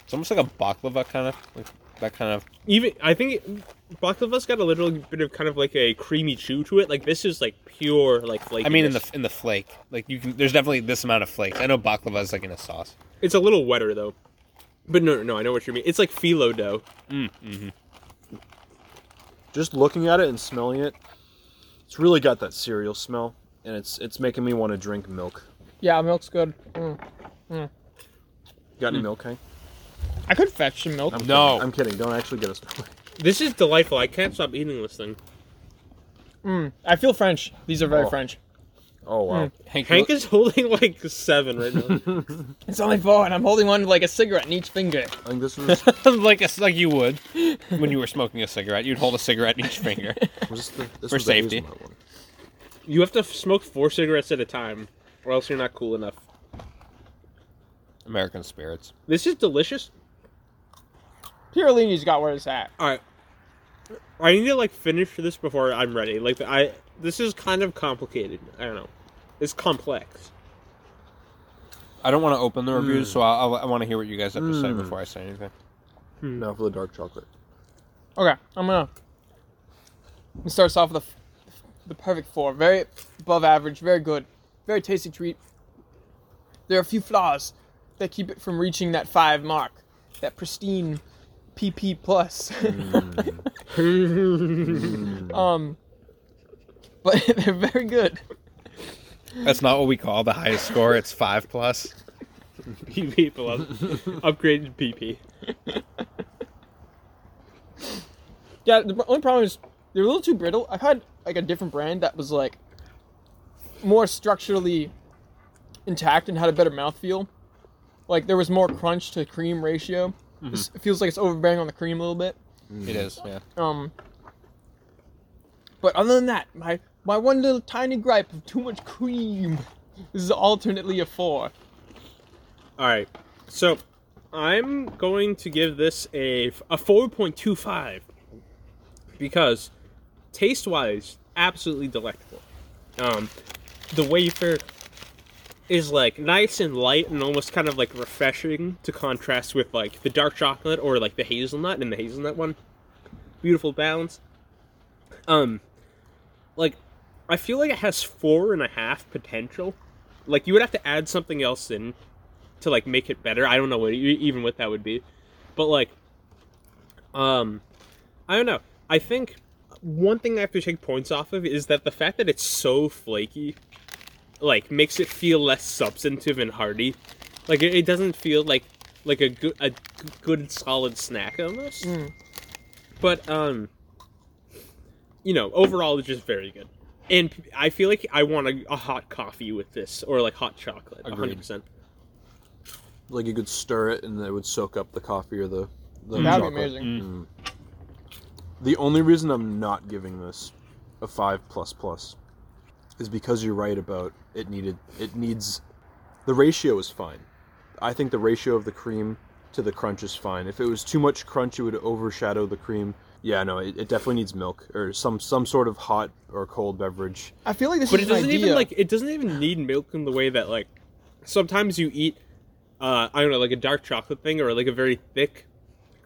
Speaker 2: It's almost like a baklava kind of, like that kind of.
Speaker 5: Even I think it, baklava's got a little bit of kind of like a creamy chew to it. Like this is like pure like flaky.
Speaker 2: I mean, in the in the flake, like you can. There's definitely this amount of flakes. I know baklava is like in a sauce.
Speaker 5: it's a little wetter though. But no, no, I know what you mean. It's like phyllo dough.
Speaker 4: Just looking at it and smelling it, it's really got that cereal smell, and it's it's making me want to drink milk.
Speaker 3: Yeah, milk's good. Mm.
Speaker 4: Got any milk, Hank?
Speaker 3: I could fetch some milk.
Speaker 4: I'm
Speaker 2: Hmm. No.
Speaker 4: kidding. I'm kidding. Don't actually get us.
Speaker 5: This is delightful. I can't stop eating this thing.
Speaker 3: I feel French. These are very
Speaker 4: Oh.
Speaker 3: French.
Speaker 4: Oh wow!
Speaker 2: Hmm.
Speaker 5: Hank is holding like seven right now.
Speaker 3: It's only four, and I'm holding one like a cigarette in each finger.
Speaker 4: I think this was
Speaker 2: like a, like you would when you were smoking a cigarette. You'd hold a cigarette in each finger.
Speaker 4: was this the, this
Speaker 2: For
Speaker 4: was the
Speaker 2: safety.
Speaker 4: hazelnut one.
Speaker 5: you have to f- smoke four cigarettes at a time, or else you're not cool enough.
Speaker 2: American spirits.
Speaker 5: This is delicious.
Speaker 3: Pirulini's got where it's at.
Speaker 5: All right, I need to like finish this before I'm ready. Like I, this is kind of complicated. I don't know. It's complex.
Speaker 2: I don't want to open the
Speaker 5: Mm.
Speaker 2: reviews, so I'll, I'll, I want to hear what you guys have to say
Speaker 4: Mm.
Speaker 2: before I say anything.
Speaker 4: Now for the dark chocolate.
Speaker 3: Okay, I'm gonna. It starts off with the, f- the perfect four. Very above average, very good, very tasty treat. There are a few flaws that keep it from reaching that five mark, that pristine PP plus. um, but they're very good.
Speaker 2: That's not what we call the highest score. It's five plus.
Speaker 5: PP plus upgraded PP.
Speaker 3: Yeah, the only problem is they're a little too brittle. I've had like a different brand that was like more structurally intact and had a better mouthfeel. Like there was more crunch to cream ratio.
Speaker 5: Mm-hmm.
Speaker 3: This feels like it's overbearing on the cream a little bit.
Speaker 2: It is. Yeah.
Speaker 3: Um, but other than that, my my one little tiny gripe of too much cream. This is alternately a four.
Speaker 5: All right, so I'm going to give this a a four point two five because taste wise, absolutely delectable. Um, the wafer is like nice and light and almost kind of like refreshing to contrast with like the dark chocolate or like the hazelnut and the hazelnut one. Beautiful balance. Um, like I feel like it has four and a half potential. Like you would have to add something else in to like make it better. I don't know what e-, even what that would be, but like, um, I don't know. I think one thing I have to take points off of is that the fact that it's so flaky, like makes it feel less substantive and hearty. Like it, it doesn't feel like like a good a g- good solid snack almost. But um, you know, overall it's just very good. And I feel like I want a, a hot coffee with this, or like hot chocolate, a
Speaker 2: Agreed.
Speaker 5: hundred percent.
Speaker 4: Like you could stir it and it would soak up the coffee or the. the
Speaker 3: That'd be
Speaker 4: chocolate.
Speaker 3: amazing.
Speaker 5: Mm.
Speaker 4: The only reason I'm not giving this a five plus plus is because you're right about it needed it needs the ratio is fine. I think the ratio of the cream to the crunch is fine. If it was too much crunch, it would overshadow the cream. Yeah, no, it, it definitely needs milk or some some sort of hot or cold beverage.
Speaker 3: I feel like this
Speaker 5: But
Speaker 3: is
Speaker 5: it
Speaker 3: an
Speaker 5: doesn't
Speaker 3: idea.
Speaker 5: even like it doesn't even need milk in the way that like sometimes you eat uh I don't know like a dark chocolate thing or like a very thick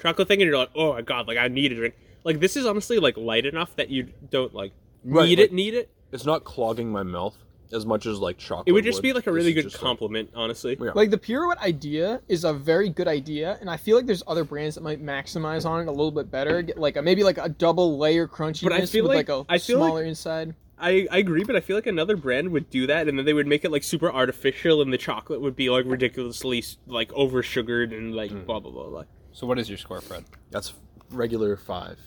Speaker 5: chocolate thing and you're like oh my god like I need a drink like this is honestly like light enough that you don't like need
Speaker 4: Right,
Speaker 5: it
Speaker 4: like-
Speaker 5: need it
Speaker 4: It's not clogging my mouth as much as like chocolate.
Speaker 5: it would just be like a
Speaker 4: oh This
Speaker 5: really
Speaker 4: is
Speaker 5: good
Speaker 4: just, like-
Speaker 5: compliment honestly
Speaker 4: Yeah.
Speaker 3: Like the Purewit idea is a very good idea, and I feel like there's other brands that might maximize on it a little bit better. Get like a, maybe like a double layer crunchiness
Speaker 5: feel
Speaker 3: with like,
Speaker 5: like-
Speaker 3: a
Speaker 5: I feel like-
Speaker 3: smaller inside.
Speaker 5: I I agree but I feel like another brand would do that and then they would make it like super artificial and the chocolate would be like ridiculously like over sugared and like
Speaker 4: Mm.
Speaker 5: blah blah blah blah
Speaker 2: So what is your score, Fred?
Speaker 4: that's regular five.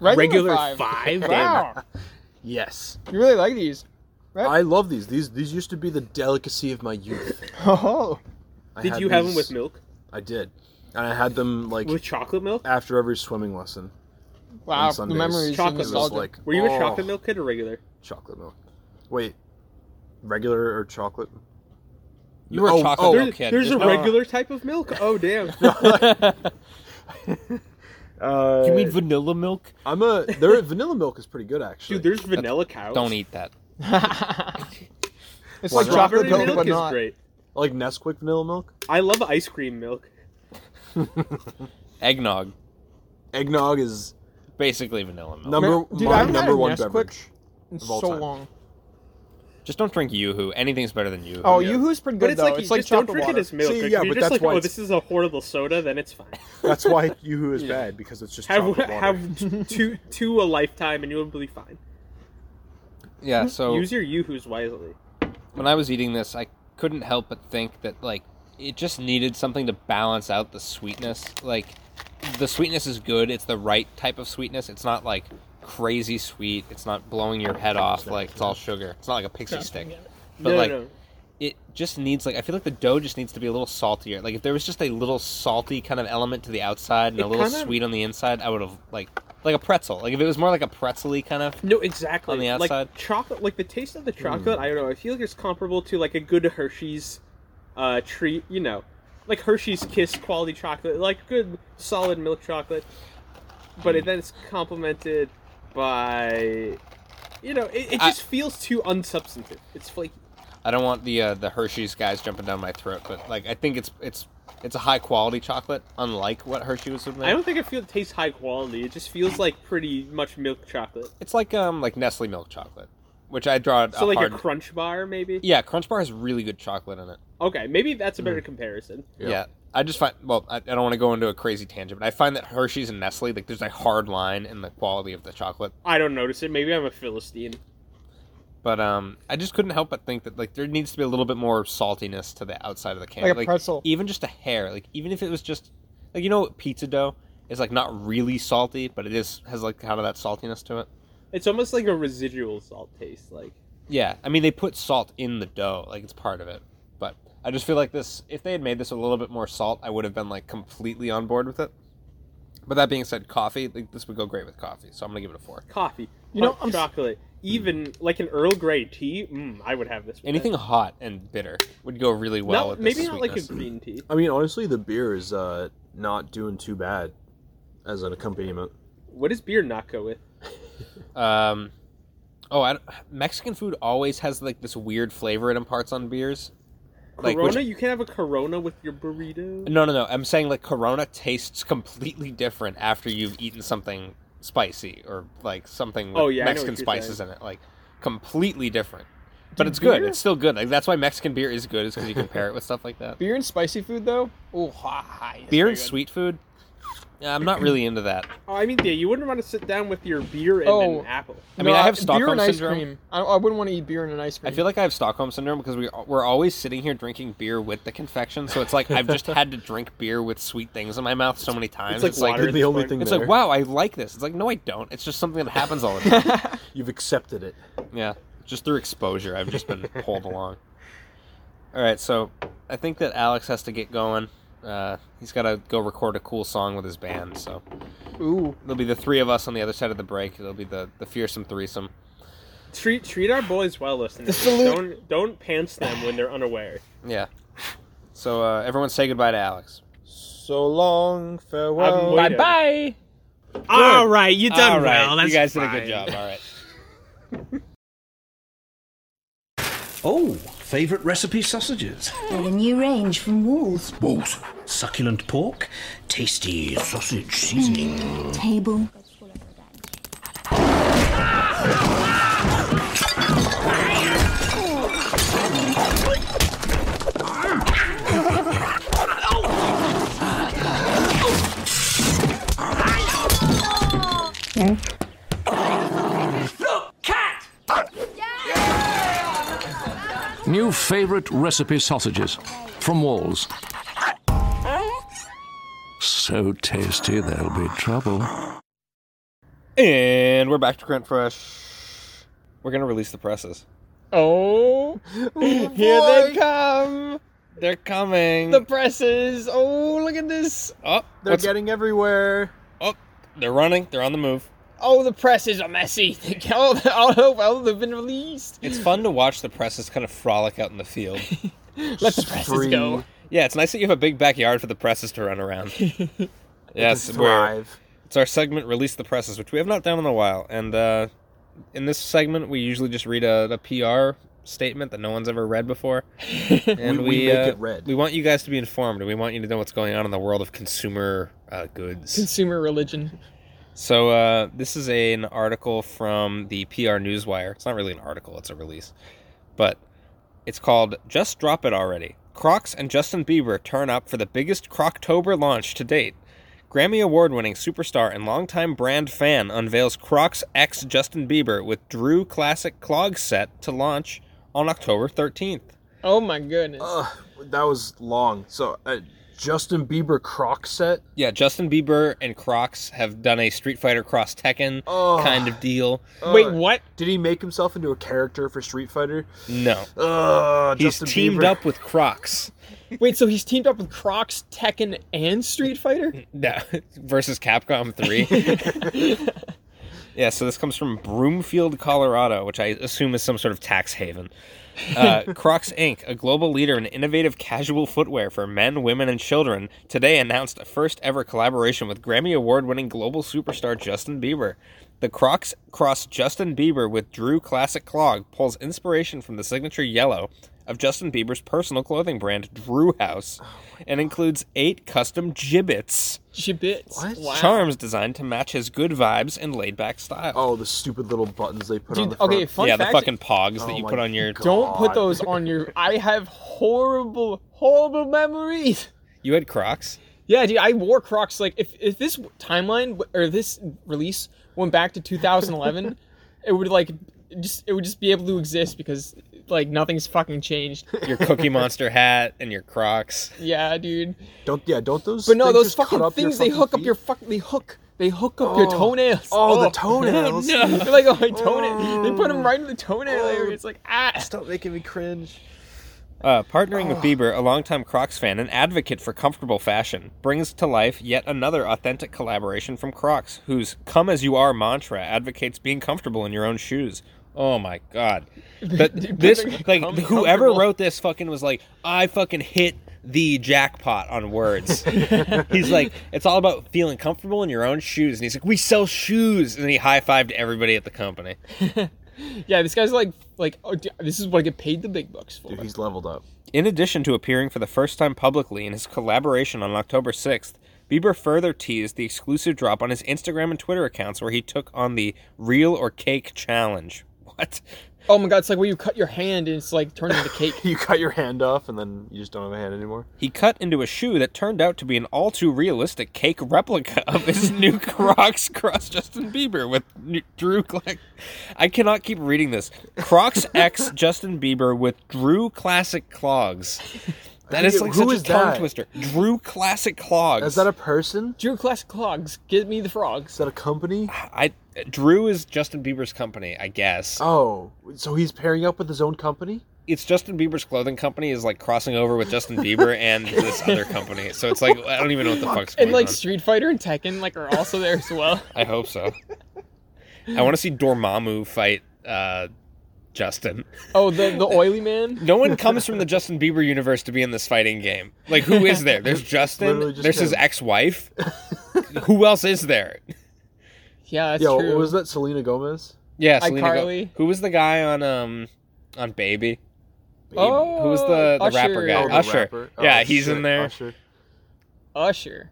Speaker 5: regular
Speaker 3: five.
Speaker 5: five, damn it.
Speaker 3: Wow,
Speaker 4: Yes,
Speaker 3: you really like these?
Speaker 4: I love these. These these used to be the delicacy of my youth.
Speaker 3: Oh,
Speaker 4: I
Speaker 5: did
Speaker 4: had
Speaker 5: you have them
Speaker 4: these-
Speaker 5: with milk
Speaker 4: I did, and I had them like
Speaker 5: with chocolate milk
Speaker 4: after every swimming lesson.
Speaker 3: wow, the
Speaker 4: Sundays.
Speaker 3: memories and
Speaker 5: Chocolate
Speaker 4: It was
Speaker 3: nostalgia.
Speaker 4: like
Speaker 5: Were you
Speaker 4: oh,
Speaker 5: a chocolate milk kid or regular?
Speaker 4: Chocolate milk. Wait, regular or chocolate?
Speaker 2: You were
Speaker 4: Oh,
Speaker 2: a chocolate
Speaker 4: oh.
Speaker 2: milk kid.
Speaker 5: There's a
Speaker 2: no-
Speaker 5: regular type of milk. Oh damn!
Speaker 4: Uh,
Speaker 2: You mean vanilla milk?
Speaker 4: I'm a. Their vanilla milk is pretty good actually.
Speaker 5: Dude, there's vanilla cows.
Speaker 2: Don't eat that.
Speaker 3: it's
Speaker 4: Why
Speaker 3: like chocolate
Speaker 4: not?
Speaker 5: Strawberry
Speaker 3: milk,
Speaker 5: milk
Speaker 3: but
Speaker 5: is
Speaker 3: not.
Speaker 5: great.
Speaker 4: like Nesquik vanilla milk.
Speaker 5: I love ice cream milk.
Speaker 2: Eggnog,
Speaker 4: Eggnog is
Speaker 2: basically vanilla milk.
Speaker 4: number
Speaker 3: Dude, I
Speaker 4: my
Speaker 3: haven't had
Speaker 4: number
Speaker 3: a
Speaker 4: one
Speaker 3: Nesquik
Speaker 4: beverage.
Speaker 3: in
Speaker 4: of all
Speaker 3: so
Speaker 4: time.
Speaker 3: long.
Speaker 2: Just don't drink YooHoo. Anything's better than YooHoo.
Speaker 3: Oh, YooHoo's pretty good
Speaker 5: But it's
Speaker 3: though.
Speaker 5: like
Speaker 3: it's
Speaker 5: you
Speaker 3: like
Speaker 5: just don't
Speaker 3: chocolate
Speaker 5: drink
Speaker 3: water.
Speaker 5: it as milk.
Speaker 4: See,
Speaker 5: Like,
Speaker 4: yeah,
Speaker 5: you're
Speaker 4: but that's
Speaker 5: just like,
Speaker 4: why
Speaker 5: oh,
Speaker 4: it's-
Speaker 5: this is a horrible soda. Then it's fine.
Speaker 4: That's why YooHoo is bad because it's just
Speaker 5: Have
Speaker 4: chocolate water.
Speaker 5: have t- two two a lifetime and you'll be fine.
Speaker 2: Yeah, so
Speaker 5: Use your yoo-hoos wisely.
Speaker 2: when I was eating this, I couldn't help but think that like it just needed something to balance out the sweetness. Like the sweetness is good; it's the right type of sweetness. It's not like crazy sweet. It's not blowing your head off like it's all sugar. It's not like a pixie stick. But
Speaker 5: no,
Speaker 2: like
Speaker 5: no.
Speaker 2: it just needs like I feel like the dough just needs to be a little saltier. Like if there was just a little salty kind of element to the outside and a
Speaker 5: It
Speaker 2: little
Speaker 5: kinda-
Speaker 2: sweet on the inside, I would have like like a pretzel. Like if it was more like a pretzely kind of
Speaker 5: No, exactly.
Speaker 2: On the outside? Hmm.
Speaker 5: like chocolate, like the taste of the chocolate. I don't know. I feel like it's comparable to like a good Hershey's uh, treat. You know, like Hershey's Kiss quality chocolate, like good solid milk chocolate. But
Speaker 2: Hmm.
Speaker 5: it, then it's complemented by, you know, it, it
Speaker 2: I-
Speaker 5: just feels too unsubstantive. It's flaky.
Speaker 2: I don't want the uh, the Hershey's guys jumping down my throat, but like I think it's it's it's a high quality chocolate, unlike what Hershey was with.
Speaker 5: I don't think I feel it tastes high quality. It just feels like pretty much milk chocolate.
Speaker 2: It's like um like Nestle milk chocolate, which I draw it
Speaker 5: So like
Speaker 2: hard.
Speaker 5: a crunch bar, maybe.
Speaker 2: yeah, Hmm. Crunch Bar has really good chocolate in it.
Speaker 5: Okay, maybe that's a better comparison.
Speaker 2: Yeah. I just find well, I, I don't want to go into a crazy tangent, but I find that Hershey's and Nestle like there's a hard line in the quality of the chocolate.
Speaker 5: I don't notice it. Maybe I'm a philistine.
Speaker 2: But um, I just couldn't help but think that like there needs to be a little bit more saltiness to the outside of the can,
Speaker 3: Like a pretzel.
Speaker 2: even just a hair. Like even if it was just like you know pizza dough is like not really salty, but it is has like kind of that saltiness to it.
Speaker 5: It's almost like a residual salt taste, like.
Speaker 2: Yeah, I mean they put salt in the dough, like it's part of it. But I just feel like this if they had made this a little bit more salt, I would have been like completely on board with it. But that being said, coffee, like, this would go great with coffee, so I'm gonna give it a four.
Speaker 5: coffee,
Speaker 3: You know,
Speaker 5: hot
Speaker 3: I'm s-
Speaker 5: chocolate, even like an Earl Grey tea. Mm, I would have this. with
Speaker 2: Anything
Speaker 5: that.
Speaker 2: hot and bitter would go really well
Speaker 5: Not-
Speaker 2: with this
Speaker 5: maybe not like a
Speaker 2: sweetness.
Speaker 5: green tea.
Speaker 4: I mean, honestly, the beer is uh, not doing too bad as an accompaniment.
Speaker 5: What does beer not go with?
Speaker 2: Um, Oh, I don't- Mexican food always has like this weird flavor it imparts on beers. Like, which-
Speaker 5: Corona? you can't have a Corona with your burrito.
Speaker 2: no, no, no. I'm saying like Corona tastes completely different after you've eaten something spicy or like something with
Speaker 5: Oh, yeah, I know what
Speaker 2: Mexican
Speaker 5: you're
Speaker 2: spices in it. Like completely different. But
Speaker 3: Dude,
Speaker 2: it's good.
Speaker 3: beer-
Speaker 2: It's still good. Like that's why Mexican beer is good. Is because you compare it with stuff like that.
Speaker 3: Beer and spicy food though. Oh, ha, ha, yes,
Speaker 2: Beer
Speaker 3: very
Speaker 2: and
Speaker 3: good.
Speaker 2: sweet food. Yeah, I'm not really into that.
Speaker 5: Oh, I mean, yeah, you wouldn't want to sit down with your beer and
Speaker 3: Oh.
Speaker 5: an apple.
Speaker 2: I mean, I have
Speaker 3: beer
Speaker 2: Stockholm
Speaker 3: and ice
Speaker 2: syndrome.
Speaker 3: cream. I, I wouldn't want to eat beer and an ice
Speaker 2: I
Speaker 3: cream.
Speaker 2: feel like I have Stockholm syndrome because we we're always sitting here drinking beer with the confection. So it's like I've just had to drink beer with sweet things in my mouth so many times.
Speaker 5: like water.
Speaker 6: You're the only thing
Speaker 2: It's
Speaker 6: there.
Speaker 2: like wow, I like this. It's like no, I don't. It's just something that happens all the time.
Speaker 6: You've accepted it.
Speaker 2: yeah, just through exposure, I've just been pulled along. All right, so I think that Alex has to get going. Uh, he's got to go record a cool song with his band. So
Speaker 3: Ooh,
Speaker 2: there'll be the three of us on the other side of the break. It'll be the the fearsome threesome.
Speaker 5: Treat treat our boys well, listeners.
Speaker 3: salute-
Speaker 5: Don't don't pants them when they're unaware.
Speaker 2: Yeah. So uh, everyone say goodbye to Alex.
Speaker 6: So long,
Speaker 4: Oh,
Speaker 6: farewell.
Speaker 5: Bye
Speaker 2: Bye.
Speaker 5: All right, you done
Speaker 2: All right,
Speaker 5: well. That's
Speaker 2: you guys
Speaker 5: fine.
Speaker 2: did a good job. All right.
Speaker 7: Oh, favourite recipe sausages.
Speaker 8: Got a new range from Walls.
Speaker 7: Walls. Succulent pork, tasty sausage seasoning.
Speaker 8: Table.
Speaker 9: New favorite recipe sausages from Walls. So tasty, there'll be trouble.
Speaker 2: And we're back to Crunch Fresh. We're gonna release the presses.
Speaker 3: oh, here they come.
Speaker 2: They're coming.
Speaker 3: The presses. Oh, look at this.
Speaker 2: oh,
Speaker 6: They're
Speaker 2: what's-
Speaker 6: getting everywhere.
Speaker 2: oh, they're running. They're on the move.
Speaker 3: Oh, the presses are messy. They get all, all, all they've been released.
Speaker 2: It's fun to watch the presses kind of frolic out in the field.
Speaker 3: Let the presses
Speaker 6: Free.
Speaker 3: go.
Speaker 2: yeah, it's nice that you have a big backyard for the presses to run around. yes,
Speaker 6: Just
Speaker 2: we're,
Speaker 6: thrive.
Speaker 2: it's our segment "Release the Presses," which we have not done in a while. And uh, in this segment, we usually just read a, a PR statement that no one's ever read before, and
Speaker 6: We- we make
Speaker 2: uh,
Speaker 6: it read.
Speaker 2: We want you guys to be informed, and we want you to know what's going on in the world of consumer uh, goods.
Speaker 3: Consumer religion.
Speaker 2: So uh, this is a, an article from the PR Newswire. It's not really an article; it's a release, but it's called "Just Drop It Already." Crocs and Justin Bieber turn up for the biggest Croctober launch to date. Grammy award-winning superstar and longtime brand fan unveils Crocs X Justin Bieber with Drew Classic Clog set to launch on October 13th.
Speaker 3: Oh my goodness.
Speaker 6: Ugh, that was long. So, uh, Justin Bieber croc set.
Speaker 2: Yeah, Justin Bieber and Crocs have done a Street Fighter Cross Tekken
Speaker 6: Oh.
Speaker 2: kind of deal.
Speaker 6: Uh,
Speaker 3: Wait, what?
Speaker 6: Did he make himself into a character for Street Fighter?
Speaker 2: No.
Speaker 6: Ugh,
Speaker 2: He's
Speaker 6: Justin
Speaker 2: teamed
Speaker 6: Bieber.
Speaker 2: up with Crocs.
Speaker 3: Wait, so he's teamed up with Crocs, Tekken, and Street Fighter?
Speaker 2: No, versus Capcom 3. yeah, so this comes from Broomfield, Colorado, which I assume is some sort of tax haven. Uh, Crocs Inc., a global leader in innovative casual footwear for men, women, and children, today announced a first ever collaboration with Grammy Award winning global superstar Justin Bieber. The Crocs cross Justin Bieber with Drew Classic Clog pulls inspiration from the signature yellow of Justin Bieber's personal clothing brand, Drew House, and includes eight custom gibbets
Speaker 3: Gibbets. Wow.
Speaker 2: charms designed to match his good vibes and laid back style.
Speaker 6: Oh, the stupid little buttons they put on
Speaker 3: Dude,
Speaker 6: the front.
Speaker 3: okay, fun
Speaker 2: yeah,
Speaker 3: fact.
Speaker 2: the fucking pogs that
Speaker 6: Oh
Speaker 2: you
Speaker 6: my
Speaker 2: put on your.
Speaker 6: God.
Speaker 3: don't put
Speaker 6: God.
Speaker 3: those on your. I have horrible, horrible memories.
Speaker 2: You had Crocs.
Speaker 3: Yeah, dude, I wore Crocs. Like, if, if this timeline w- or this release went back to 2011, it would like just it would just be able to exist because like nothing's fucking changed.
Speaker 2: Your Cookie Monster hat and your Crocs.
Speaker 3: Yeah, dude.
Speaker 6: Don't yeah, don't those.
Speaker 3: But no,
Speaker 6: things
Speaker 3: those
Speaker 6: just cut
Speaker 3: fucking
Speaker 6: up your
Speaker 3: things they
Speaker 6: fucking
Speaker 3: hook up
Speaker 6: feet?
Speaker 3: your fuck. They hook. They hook up your toenails.
Speaker 6: Oh, the toenails. Oh.
Speaker 3: no. They're like, oh, my toenail. They put them right in the toenail area. It's like, ah.
Speaker 6: Stop making me cringe.
Speaker 2: Uh, partnering with Bieber, a longtime Crocs fan and advocate for comfortable fashion, brings to life yet another authentic collaboration from Crocs, whose "Come as you are" mantra advocates being comfortable in your own shoes. Oh my god! But this, like,
Speaker 3: Come
Speaker 2: whoever
Speaker 3: comfortable.
Speaker 2: wrote this fucking was like, I fucking hit the jackpot on words. he's like, it's all about feeling comfortable in your own shoes, and he's like, we sell shoes, and he high fived everybody at the company.
Speaker 3: Yeah, this guy's like, like, oh, d- this is what I get paid the big bucks for.
Speaker 6: Dude, he's leveled up.
Speaker 2: In addition to appearing for the first time publicly in his collaboration on October 6th, Bieber further teased the exclusive drop on his Instagram and Twitter accounts where he took on the Real or Cake Challenge. What?
Speaker 3: Oh my god, it's like where you cut your hand and it's like turned into cake.
Speaker 6: You cut your hand off and then you just don't have a hand anymore.
Speaker 2: He cut into a shoe that turned out to be an all too realistic cake replica of his new Crocs cross Justin Bieber with n- Drew Classic. I cannot keep reading this. Crocs X Justin Bieber with Drew Classic Clogs. That is like
Speaker 6: Who
Speaker 2: such
Speaker 6: is
Speaker 2: a tongue
Speaker 6: that?
Speaker 2: twister. Drew Classic Clogs.
Speaker 6: Is that a person?
Speaker 3: Drew Classic Clogs, give me the frogs.
Speaker 6: Is that a company?
Speaker 2: I Drew is Justin Bieber's company, I guess.
Speaker 6: Oh, so he's pairing up with his own company?
Speaker 2: It's Justin Bieber's clothing company is like crossing over with Justin Bieber and this other company. So it's like I don't even know what the fuck's going
Speaker 3: And like
Speaker 2: on.
Speaker 3: Street Fighter and Tekken like are also there as well.
Speaker 2: I hope so. I want to see Dormammu fight uh, Justin.
Speaker 3: Oh, the the oily man.
Speaker 2: No one comes from the Justin Bieber universe to be in this fighting game. Like, who is there? There's Justin.
Speaker 6: Literally just
Speaker 2: there's his
Speaker 6: him.
Speaker 2: ex-wife. who else is there?
Speaker 3: Yeah, that's
Speaker 6: yeah,
Speaker 3: true.
Speaker 6: what was that? Selena Gomez?
Speaker 2: Yeah, Selena Go-
Speaker 3: iCarly.
Speaker 2: Who was the guy on um on Baby?
Speaker 3: Oh,
Speaker 2: Who was the, the rapper
Speaker 3: Usher.
Speaker 2: guy?
Speaker 6: Oh, the
Speaker 2: Usher.
Speaker 6: rapper. Oh,
Speaker 2: yeah, he's
Speaker 6: shit,
Speaker 2: in there.
Speaker 6: Usher.
Speaker 3: Usher.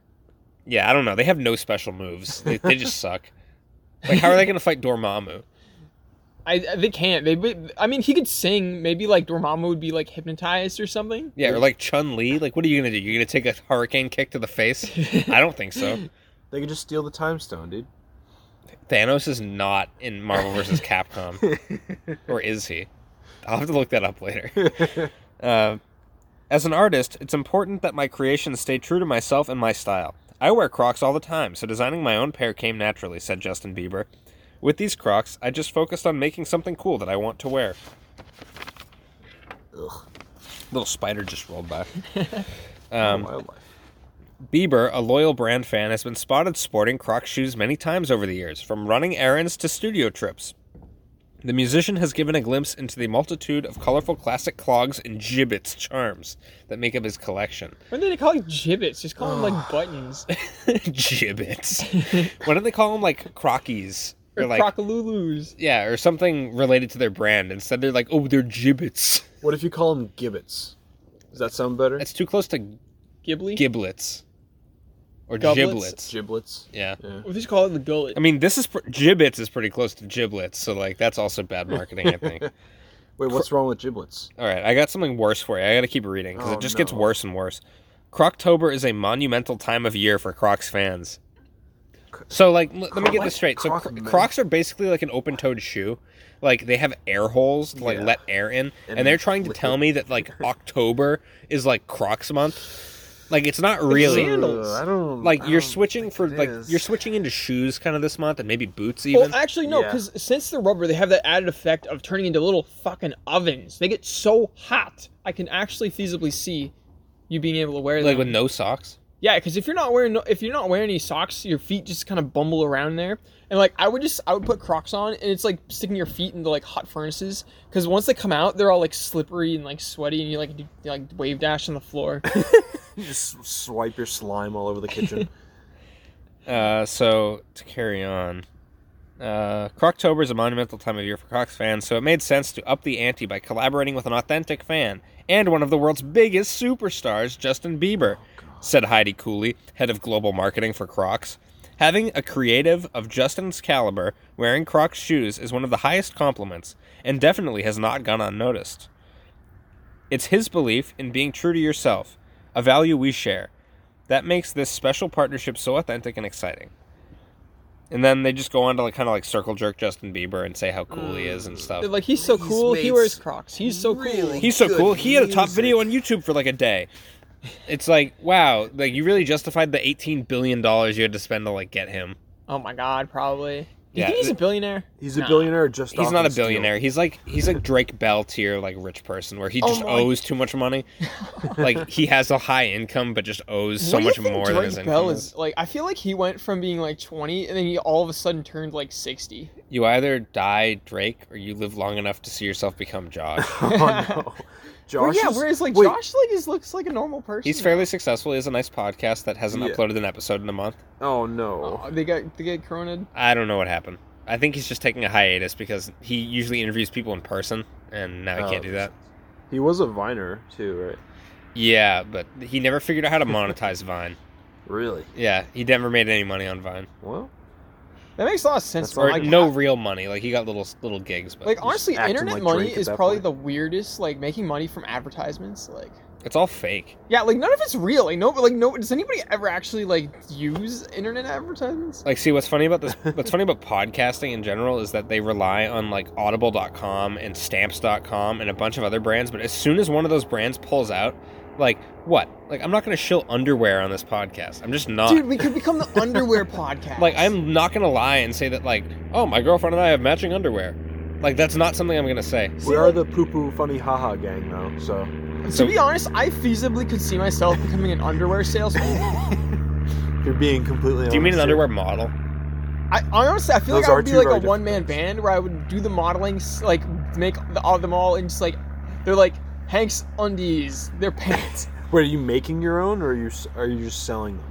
Speaker 2: Yeah, I don't know. They have no special moves. They, they just suck. Like, how are they going to fight Dormammu?
Speaker 3: I they can't. They but- I mean he could sing. Maybe like Dormammu would be like hypnotized or something.
Speaker 2: Yeah, or like Chun Li? Like, what are you going to do? You're going to take a hurricane kick to the face? I don't think so.
Speaker 6: They could just steal the time stone, dude.
Speaker 2: Thanos is not in Marvel vs. Capcom, or is he? I'll have to look that up later. Uh, as an artist, it's important that my creations stay true to myself and my style. I wear Crocs all the time, so designing my own pair came naturally," said Justin Bieber. With these Crocs, I just focused on making something cool that I want to wear.
Speaker 6: Ugh.
Speaker 2: Little spider just rolled by. Um,
Speaker 6: wildlife.
Speaker 2: Bieber, a loyal brand fan, has been spotted sporting Croc shoes many times over the years, from running errands to studio trips. The musician has given a glimpse into the multitude of colorful classic clogs and gibbets charms that make up his collection.
Speaker 3: Why don't they call it gibbets? Just call them like buttons.
Speaker 2: gibbets. Why don't they call them like crockies?
Speaker 3: Or
Speaker 2: Or like
Speaker 3: crocolulus.
Speaker 2: yeah, or something related to their brand. Instead, they're like, oh, they're gibbets.
Speaker 6: What if you call them gibbets? Does that sound better?
Speaker 2: That's too close to
Speaker 3: Ghibli.
Speaker 2: giblets or
Speaker 3: Goblets?
Speaker 2: giblets.
Speaker 6: Giblets.
Speaker 2: Yeah.
Speaker 3: we just call it the gullet.
Speaker 2: I mean, this is pr- gibbets is pretty close to giblets, so like that's also bad marketing, I think.
Speaker 6: Wait, what's wrong with giblets?
Speaker 2: All right, I got something worse for you. I got to keep reading because
Speaker 6: Oh,
Speaker 2: it just
Speaker 6: no.
Speaker 2: gets worse and worse. Croctober is a monumental time of year for Crocs fans. So, like, l- let me get
Speaker 6: What?
Speaker 2: this straight. So,
Speaker 6: Croc-
Speaker 2: cr- Crocs are basically like an open-toed shoe. Like, they have air holes to like
Speaker 6: Yeah.
Speaker 2: let air in, and,
Speaker 6: And
Speaker 2: they're trying to tell me that like October is like Crocs month. Like, it's not really.
Speaker 3: sandals.
Speaker 6: Ugh, I don't
Speaker 2: Like
Speaker 6: I
Speaker 2: you're
Speaker 6: don't
Speaker 2: switching
Speaker 6: think
Speaker 2: for
Speaker 6: Oh, it
Speaker 2: like
Speaker 6: is. Oh,
Speaker 2: you're switching into shoes kind of this month and maybe boots
Speaker 3: Well,
Speaker 2: even.
Speaker 3: actually, no,
Speaker 6: Yeah.
Speaker 3: because since they're rubber, they have that added effect of turning into little fucking ovens. They get so hot. I can actually feasibly see you being able to wear them.
Speaker 2: Like with no socks.
Speaker 3: yeah, because if you're not wearing no, if you're not wearing any socks, your feet just kind of bumble around there. And like, I would just I would put Crocs on, and it's like sticking your feet into like hot furnaces. Because once they come out, they're all like slippery and like sweaty, and you like do, you, like wave dash on the floor.
Speaker 6: You just swipe your slime all over the kitchen.
Speaker 2: Uh, so to carry on, uh, Croctober is a monumental time of year for Crocs fans, so it made sense to up the ante by collaborating with an authentic fan and one of the world's biggest superstars, Justin Bieber, said Heidi Cooley, head of global marketing for Crocs. Having a creative of Justin's caliber wearing Crocs shoes is one of the highest compliments, and definitely has not gone unnoticed. It's his belief in being true to yourself, a value we share, that makes this special partnership so authentic and exciting. And then they just go on to like kind of like circle jerk Justin Bieber and say how cool he is and stuff.
Speaker 3: Mm. They're like, he's so cool. He
Speaker 6: made
Speaker 3: wears Crocs. He's so cool.
Speaker 6: really
Speaker 2: He's so
Speaker 6: good
Speaker 2: cool. He had a top
Speaker 6: music.
Speaker 2: video on YouTube for like a day. It's like wow, like you really justified the eighteen billion dollars you had to spend to like get him.
Speaker 3: Oh my god, probably. Do you
Speaker 2: Yeah,
Speaker 3: think he's a
Speaker 2: th-
Speaker 3: billionaire?
Speaker 6: He's a
Speaker 3: Nah.
Speaker 6: billionaire just
Speaker 2: He's
Speaker 6: off
Speaker 2: not a
Speaker 6: his deal.
Speaker 2: billionaire. He's like he's like Drake Bell tier like rich person where he just
Speaker 3: Oh my-
Speaker 2: owes too much money. like he has a high income but just owes so
Speaker 3: What do you
Speaker 2: much
Speaker 3: think
Speaker 2: more
Speaker 3: Drake
Speaker 2: than his income.
Speaker 3: Bell
Speaker 2: is.
Speaker 3: is like. I feel like he went from being like 20, and then he all of a sudden turned like 60.
Speaker 2: You either die Drake or you live long enough to see yourself become Josh.
Speaker 6: Oh, no.
Speaker 3: Well,
Speaker 6: Josh
Speaker 3: yeah,
Speaker 6: is-
Speaker 3: whereas like
Speaker 6: wait,
Speaker 3: Josh like is looks like a normal person.
Speaker 2: He's
Speaker 3: now.
Speaker 2: fairly successful. He has a nice podcast that hasn't
Speaker 6: Yeah.
Speaker 2: uploaded an episode in a month.
Speaker 6: Oh no.
Speaker 3: Oh, they got they get corona.
Speaker 2: I don't know what happened. I think he's just taking a hiatus because he usually interviews people in person, and now he
Speaker 6: Oh.
Speaker 2: can't do that.
Speaker 6: He was a viner too, right?
Speaker 2: Yeah, but he never figured out how to monetize Vine.
Speaker 6: Really?
Speaker 2: Yeah, he never made any money on Vine,
Speaker 6: Well,
Speaker 3: That makes a lot of sense.
Speaker 6: That's
Speaker 3: but,
Speaker 2: or
Speaker 6: Like,
Speaker 2: no real money. Like he got little little gigs, but
Speaker 3: Like honestly,
Speaker 6: acting
Speaker 3: internet
Speaker 6: like
Speaker 3: money
Speaker 6: Drake at
Speaker 3: is
Speaker 6: that
Speaker 3: probably
Speaker 6: point.
Speaker 3: the weirdest. Like making money from advertisements, like
Speaker 2: it's all fake.
Speaker 3: yeah, like none of it's real. Like no, like no, does anybody ever actually like use internet advertisements?
Speaker 2: Like, see, what's funny about this? What's funny about podcasting in general is that they rely on like Audible.com and Stamps.com and a bunch of other brands. But as soon as one of those brands pulls out, like what? Like, I'm not going to shill underwear on this podcast. I'm just
Speaker 6: Uh,
Speaker 2: not.
Speaker 3: Dude, we could become the underwear podcast.
Speaker 2: like, I'm not going to lie and say that like, oh, my girlfriend and I have matching underwear. Like, that's not something I'm going to say.
Speaker 6: we are the poo poo funny haha gang though, so
Speaker 3: to be honest, I feasibly could see myself becoming an underwear salesman.
Speaker 6: if you're being completely.
Speaker 2: Do you mean an
Speaker 6: honest here-
Speaker 2: underwear model?
Speaker 3: I I honestly, I feel
Speaker 6: Those
Speaker 3: like I
Speaker 6: are
Speaker 3: would be
Speaker 6: two
Speaker 3: like
Speaker 6: very
Speaker 3: a
Speaker 6: different
Speaker 3: one man
Speaker 6: things.
Speaker 3: band where I would do the modeling, s- like make the, all of them all, and just like they're like Hank's undies, their pants.
Speaker 6: Wait, are you making your own, or are you s- are you just selling them?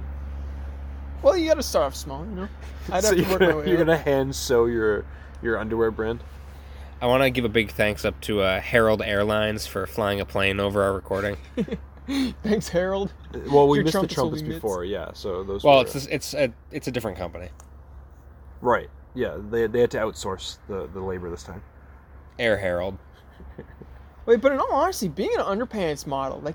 Speaker 3: well, you gotta start off small, you know. I'd
Speaker 6: so
Speaker 3: have to
Speaker 6: you're
Speaker 3: work
Speaker 6: gonna,
Speaker 3: my way.
Speaker 6: you're
Speaker 3: up.
Speaker 6: gonna hand sew your your underwear brand.
Speaker 2: I want to give a big thanks up to uh, Herald Airlines for flying a plane over our recording.
Speaker 3: Thanks, Harold.
Speaker 6: Well, we
Speaker 3: Your
Speaker 6: missed
Speaker 3: trumpets
Speaker 6: the
Speaker 3: will
Speaker 6: trumpets
Speaker 3: be mixed.
Speaker 6: before, yeah. So those.
Speaker 2: Well,
Speaker 6: were-
Speaker 2: it's it's a it's a different company.
Speaker 6: right. Yeah, they, they had to outsource the, the labor this time.
Speaker 2: Air Herald.
Speaker 3: Wait, but in all honesty, being an underpants model, like,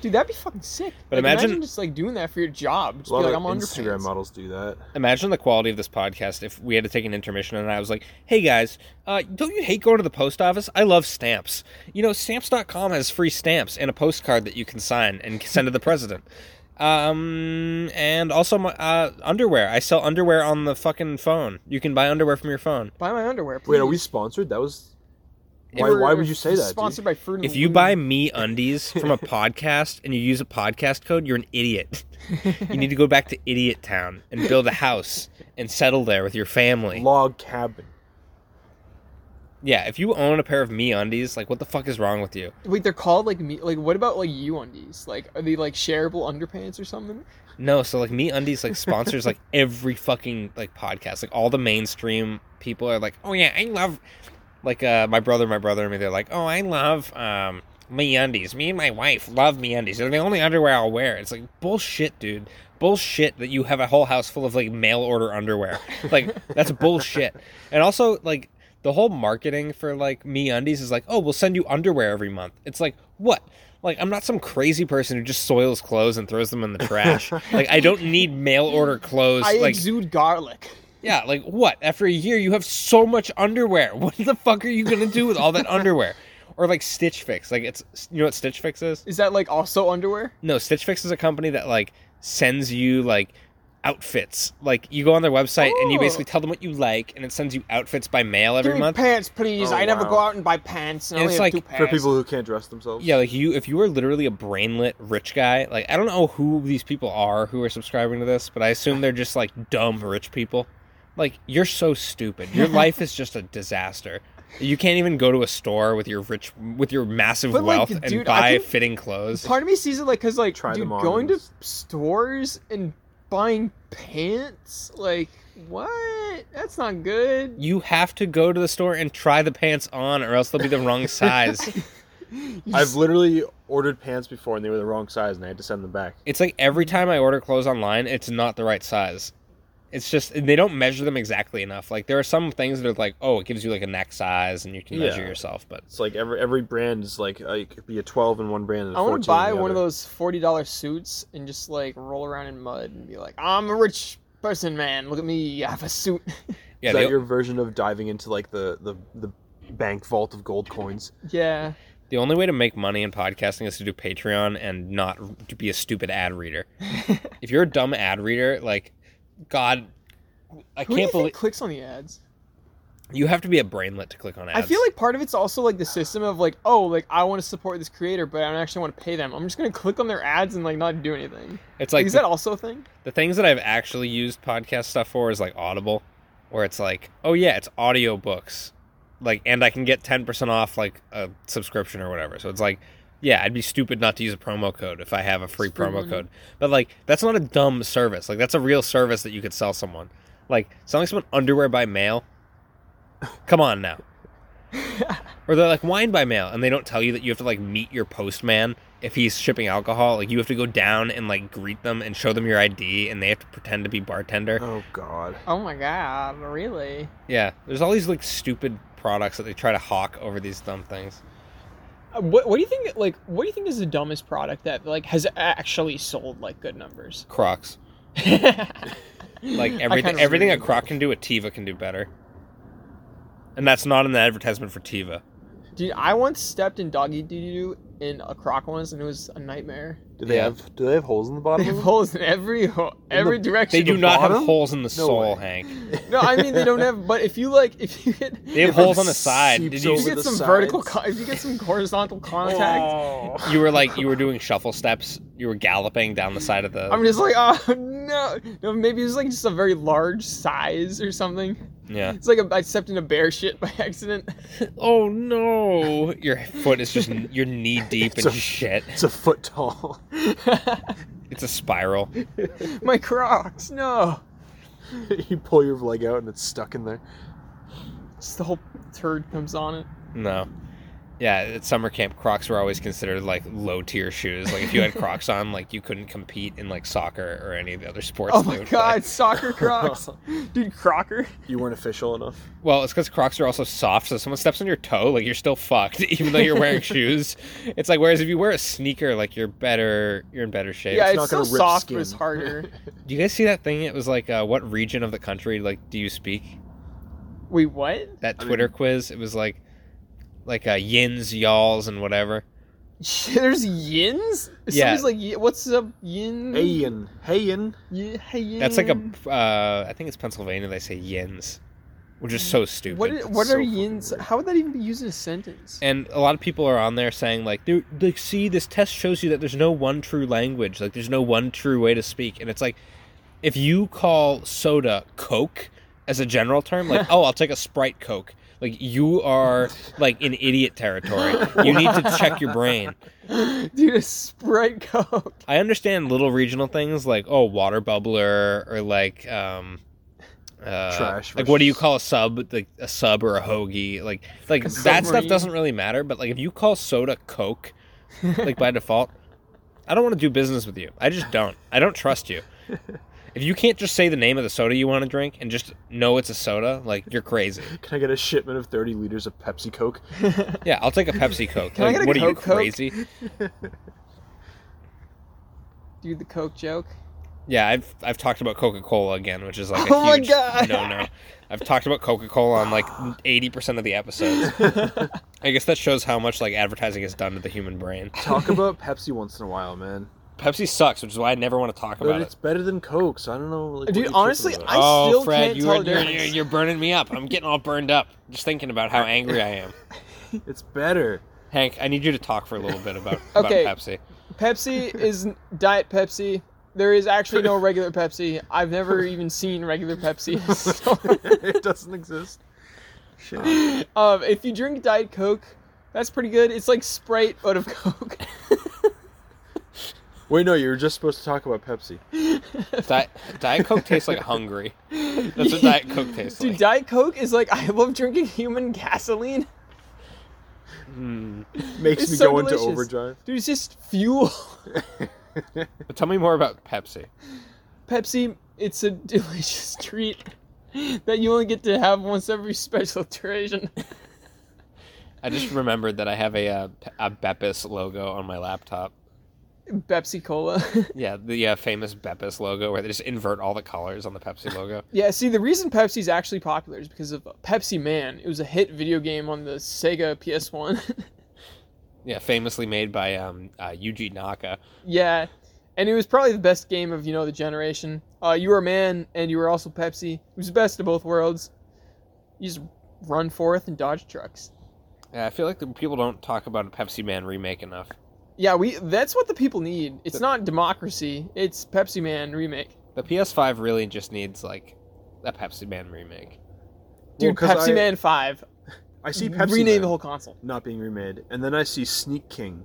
Speaker 3: dude, that'd be fucking sick.
Speaker 2: But
Speaker 3: Like,
Speaker 2: imagine-
Speaker 3: just like doing that for your job. Just
Speaker 6: A lot
Speaker 3: be like,
Speaker 6: of
Speaker 3: I'm
Speaker 6: Instagram
Speaker 3: underpants.
Speaker 6: models do that.
Speaker 2: Imagine the quality of this podcast if we had to take an intermission and I was like, hey guys, uh, don't you hate going to the post office? I love stamps. You know, stamps.com has free stamps and a postcard that you can sign and send to the president. Um, and also my, uh, underwear. I sell underwear on the fucking phone. You can buy underwear from your phone.
Speaker 3: Buy my underwear. Please.
Speaker 6: Wait, are we sponsored? That was. Why,
Speaker 3: We're
Speaker 6: why would you say that? dude?
Speaker 3: Sponsored by Fruit. and
Speaker 2: If you
Speaker 3: Loom.
Speaker 2: buy me undies from a podcast and you use a podcast code, you're an idiot. You need to go back to idiot town and build a house and settle there with your family.
Speaker 6: Log cabin.
Speaker 2: Yeah, if you own a pair of me undies, like what the fuck is wrong with you?
Speaker 3: wait, they're called like me. Like, what about like you undies? Like, are they like shareable underpants or something?
Speaker 2: No, so like me undies like sponsors like every fucking like podcast. Like all the mainstream people are like, "Oh yeah, I love like uh my brother, my brother and me they're like, "Oh, I love um me undies. Me and my wife love me undies. They're the only underwear I'll wear." It's like bullshit, dude. Bullshit that you have a whole house full of like mail order underwear. Like that's bullshit. And also like the whole marketing for like me undies is like, "Oh, we'll send you underwear every month." It's like, "What?" Like I'm not some crazy person who just soils clothes and throws them in the trash. like I don't need mail order clothes.
Speaker 3: I
Speaker 2: like
Speaker 3: exude garlic.
Speaker 2: yeah, like what? After a year, you have so much underwear. What the fuck are you gonna do with all that underwear? Or like Stitch Fix. Like it's you know what Stitch Fix is?
Speaker 3: Is that like also underwear?
Speaker 2: No, Stitch Fix is a company that like sends you like outfits. Like you go on their website and you
Speaker 3: Oh.
Speaker 2: basically tell them what you like, and it sends you outfits by mail every
Speaker 3: Give me
Speaker 2: month.
Speaker 3: pants, please.
Speaker 6: Oh,
Speaker 3: I never
Speaker 6: wow.
Speaker 3: go out and buy pants. And I
Speaker 2: And
Speaker 3: only
Speaker 2: it's
Speaker 3: have
Speaker 2: like-
Speaker 3: two
Speaker 6: For
Speaker 3: pairs.
Speaker 6: people who can't dress themselves.
Speaker 2: Yeah, like you, if you are literally a brainlet rich guy, like I don't know who these people are who are subscribing to this, but I assume they're just like dumb rich people. Like you're so stupid. Your life is just a disaster. You can't even go to a store with your rich, with your massive
Speaker 3: But, like,
Speaker 2: wealth and
Speaker 3: dude, I
Speaker 2: buy
Speaker 3: think
Speaker 2: fitting clothes.
Speaker 3: Part of me sees it like because like
Speaker 6: Try
Speaker 3: dude,
Speaker 6: them on
Speaker 3: going
Speaker 6: and
Speaker 3: to stores and buying pants like what? That's not good.
Speaker 2: you have to go to the store and try the pants on, or else they'll be the wrong size.
Speaker 6: I've literally ordered pants before and they were the wrong size and I had to send them back.
Speaker 2: It's like every time I order clothes online, it's not the right size. It's just and they don't measure them exactly enough. Like there are some things that are like, oh, it gives you like a neck size and you can measure
Speaker 6: Yeah.
Speaker 2: yourself, but
Speaker 6: It's like every every brand is like uh, it could be a twelve in one brand and a
Speaker 3: I
Speaker 6: fourteen.
Speaker 3: want to buy
Speaker 6: in the
Speaker 3: one of
Speaker 6: other.
Speaker 3: those forty dollar suits and just like roll around in mud and be like, I'm a rich person, man. Look at me, I have a suit.
Speaker 2: yeah,
Speaker 6: is that
Speaker 2: the,
Speaker 6: your version of diving into like the, the the bank vault of gold coins?
Speaker 3: yeah,
Speaker 2: the only way to make money in podcasting is to do Patreon and not r- to be a stupid ad reader. if you're a dumb ad reader, like God, I
Speaker 3: who do you think
Speaker 2: can't believe
Speaker 3: clicks on the ads?
Speaker 2: you have to be a brainlet to click on ads.
Speaker 3: I feel like part of it's also like the system of like, oh, like I want to support this creator, but I don't actually want to pay them. I'm just gonna click on their ads and like not do anything.
Speaker 2: it's
Speaker 3: Like,
Speaker 2: like
Speaker 3: is
Speaker 2: the-
Speaker 3: that also a thing?
Speaker 2: the things that I've actually used podcast stuff for is like Audible, where it's like, oh yeah, it's audiobooks. Like and I can get 10% off like a subscription or whatever. So it's like, yeah, I'd be stupid not to use a promo code if I have a free
Speaker 3: It's free
Speaker 2: promo
Speaker 3: money.
Speaker 2: code. But like that's not a dumb service. Like that's a real service that you could sell someone. Like selling someone underwear by mail. Come on now. or they're like wine by mail, and they don't tell you that you have to like meet your postman if he's shipping alcohol. Like you have to go down and like greet them and show them your ID, and they have to pretend to be bartender.
Speaker 6: Oh God.
Speaker 3: Oh my god, really?
Speaker 2: Yeah, there's all these like stupid products that they try to hawk over these dumb things.
Speaker 3: Uh, What, what do you think? Like, what do you think is the dumbest product that like has actually sold like good numbers?
Speaker 2: Crocs. Like
Speaker 3: I
Speaker 2: everything,
Speaker 3: kinda
Speaker 2: everything a
Speaker 3: relate.
Speaker 2: croc can do, a Tiva can do better. And that's not an advertisement for Tiva.
Speaker 3: Dude, I once stepped in doggy doo doo in a croc once, and it was a nightmare.
Speaker 6: Do they
Speaker 2: Yeah.
Speaker 6: have Do they have holes in the bottom?
Speaker 3: They
Speaker 6: of them?
Speaker 3: have holes in every ho- every direction.
Speaker 2: They do
Speaker 6: the
Speaker 2: not have
Speaker 6: bottom?
Speaker 2: holes in the
Speaker 6: No
Speaker 2: sole,
Speaker 6: way.
Speaker 2: Hank.
Speaker 3: No, I mean they don't have. But if you like, if you get,
Speaker 2: They have
Speaker 3: if
Speaker 2: holes on the side.
Speaker 6: seeps
Speaker 2: Did
Speaker 3: you
Speaker 2: you?
Speaker 6: over
Speaker 3: get
Speaker 6: the
Speaker 3: some vertical,
Speaker 6: sides.
Speaker 3: con- if you get some horizontal contact,
Speaker 2: You were like you were doing shuffle steps. You were galloping down the side of the.
Speaker 3: I'm just like, oh no, no. Maybe it's like just a very large size or something.
Speaker 2: yeah.
Speaker 3: It's like a, I stepped in a bear shit by accident.
Speaker 2: Oh no! Your foot is just you're knee deep in
Speaker 6: a-
Speaker 2: shit.
Speaker 6: It's a foot tall.
Speaker 2: It's a spiral.
Speaker 3: My Crocs, no.
Speaker 6: you pull your leg out and it's stuck in there.
Speaker 3: Just the whole turd comes on it.
Speaker 2: No. Yeah, at summer camp, Crocs were always considered like low tier shoes. Like if you had Crocs on, like you couldn't compete in like soccer or any of the other sports.
Speaker 3: Oh
Speaker 2: they
Speaker 3: my
Speaker 2: would play.
Speaker 3: god, soccer Crocs, dude, Crocker.
Speaker 6: You weren't official enough.
Speaker 2: Well, it's because Crocs are also soft, so if someone steps on your toe, like you're still fucked, even though you're wearing shoes. It's like whereas if you wear a sneaker, like you're better, you're in better shape.
Speaker 3: Yeah,
Speaker 6: not
Speaker 3: it's, so
Speaker 6: gonna rip
Speaker 3: soft,
Speaker 6: skin.
Speaker 3: but it's harder.
Speaker 2: Do you guys see that thing? It was like, uh, what region of the country like do you speak?
Speaker 3: Wait, what?
Speaker 2: That Twitter quiz. It was like, like uh, yins, y'alls, and whatever.
Speaker 3: There's yins.
Speaker 2: Yeah.
Speaker 3: Somebody's like, "Yi- what's up, yin?
Speaker 6: Hayin. Hayin.
Speaker 3: Yi- hey, yin.
Speaker 2: That's like
Speaker 3: Mm.
Speaker 2: a, uh, I think it's Pennsylvania. They say yins, which is so stupid.
Speaker 3: What? Are, what
Speaker 6: so
Speaker 3: are
Speaker 6: fucking
Speaker 3: yins?
Speaker 6: weird.
Speaker 3: How would that even be used in a sentence?
Speaker 2: and a lot of people are on there saying like "There- like see this test shows you that there's no one true language like there's no one true way to speak and it's like if you call soda coke as a general term like oh i'll take a sprite coke like you are like in idiot territory you need to check your brain
Speaker 3: Dude, a Sprite Coke.
Speaker 2: i understand little regional things like oh water bubbler or like um uh,
Speaker 6: Trash
Speaker 2: like what do you
Speaker 6: versus-
Speaker 2: call a sub like a sub or a hoagie like like that stuff
Speaker 3: submarine.
Speaker 2: doesn't really matter but like if you call soda coke like by default i don't want to do business with you i just don't i don't trust you if you can't just say the name of the soda you want to drink and just know it's a soda like you're crazy
Speaker 6: Can I get a shipment of 30 liters of Pepsi Coke?
Speaker 2: yeah i'll take a pepsi coke
Speaker 3: Can I
Speaker 2: Like,
Speaker 3: get a
Speaker 2: what are you
Speaker 3: Coke Coke?
Speaker 2: crazy
Speaker 3: Dude, the Coke joke.
Speaker 2: Yeah, I've I've talked about Coca Cola again, which is like a
Speaker 3: Oh my
Speaker 2: huge
Speaker 3: God.
Speaker 2: no no. I've talked about Coca Cola on like eighty percent of the episodes. I guess that shows how much like advertising has done to the human brain.
Speaker 6: Talk about Pepsi once in a while, man.
Speaker 2: Pepsi sucks, which is why I never want to talk
Speaker 6: But
Speaker 2: about
Speaker 6: it's
Speaker 2: it.
Speaker 6: better than Coke, so I don't know. Like, what
Speaker 3: Dude,
Speaker 6: you're
Speaker 3: honestly,
Speaker 6: tripping
Speaker 3: I
Speaker 6: about.
Speaker 2: oh,
Speaker 3: still
Speaker 2: Fred,
Speaker 3: can't
Speaker 2: you
Speaker 3: tell
Speaker 2: are,
Speaker 3: the
Speaker 2: you're,
Speaker 3: difference.
Speaker 2: you're, you're burning me up. I'm getting all burned up just thinking about how angry I am.
Speaker 6: it's better.
Speaker 2: Hank, I need you to talk for a little bit about,
Speaker 3: Okay.
Speaker 2: about Pepsi.
Speaker 3: Pepsi is n- Diet Pepsi. There is actually no regular Pepsi. I've never even seen regular Pepsi. So,
Speaker 6: it doesn't exist. Uh,
Speaker 3: um, if you drink Diet Coke, that's pretty good. It's like Sprite out of Coke.
Speaker 6: Wait, no, you were just supposed to talk about Pepsi.
Speaker 2: Diet, Diet Coke tastes like hungry. That's what Diet Coke tastes
Speaker 3: Dude,
Speaker 2: like.
Speaker 3: Diet Coke is like I love drinking human gasoline.
Speaker 6: Makes
Speaker 3: It's
Speaker 6: me
Speaker 3: so
Speaker 6: go
Speaker 3: delicious.
Speaker 6: into overdrive.
Speaker 3: Dude, it's just fuel.
Speaker 2: But tell me more about Pepsi.
Speaker 3: Pepsi, it's a delicious treat that you only get to have once every special occasion.
Speaker 2: I just remembered that I have a uh, Pe- a Beppis logo on my laptop.
Speaker 3: Pepsi Cola.
Speaker 2: Yeah, the uh, famous Beppis logo where they just invert all the colors on the Pepsi logo.
Speaker 3: yeah, see, the reason Pepsi's actually popular is because of Pepsi Man. It was a hit video game on the Sega PS1.
Speaker 2: Yeah, famously made by um, uh, Yuji Naka.
Speaker 3: yeah, and it was probably the best game of, you know, the generation. Uh, you were a man and you were also Pepsi. It was the best of both worlds. You just run forth and dodge trucks.
Speaker 2: Yeah, I feel like the people don't talk about a Pepsi Man remake enough.
Speaker 3: Yeah, we that's what the people need. It's not democracy, it's Pepsi Man remake.
Speaker 2: The PS5 really just needs like a Pepsi Man remake.
Speaker 6: Well,
Speaker 3: Dude,
Speaker 6: 'cause
Speaker 3: Pepsi
Speaker 6: I-
Speaker 3: Man 5.
Speaker 6: I see Pepsi
Speaker 3: Mm-hmm. Rename
Speaker 6: Man
Speaker 3: the whole console.
Speaker 6: not being remade, and then I see Sneak King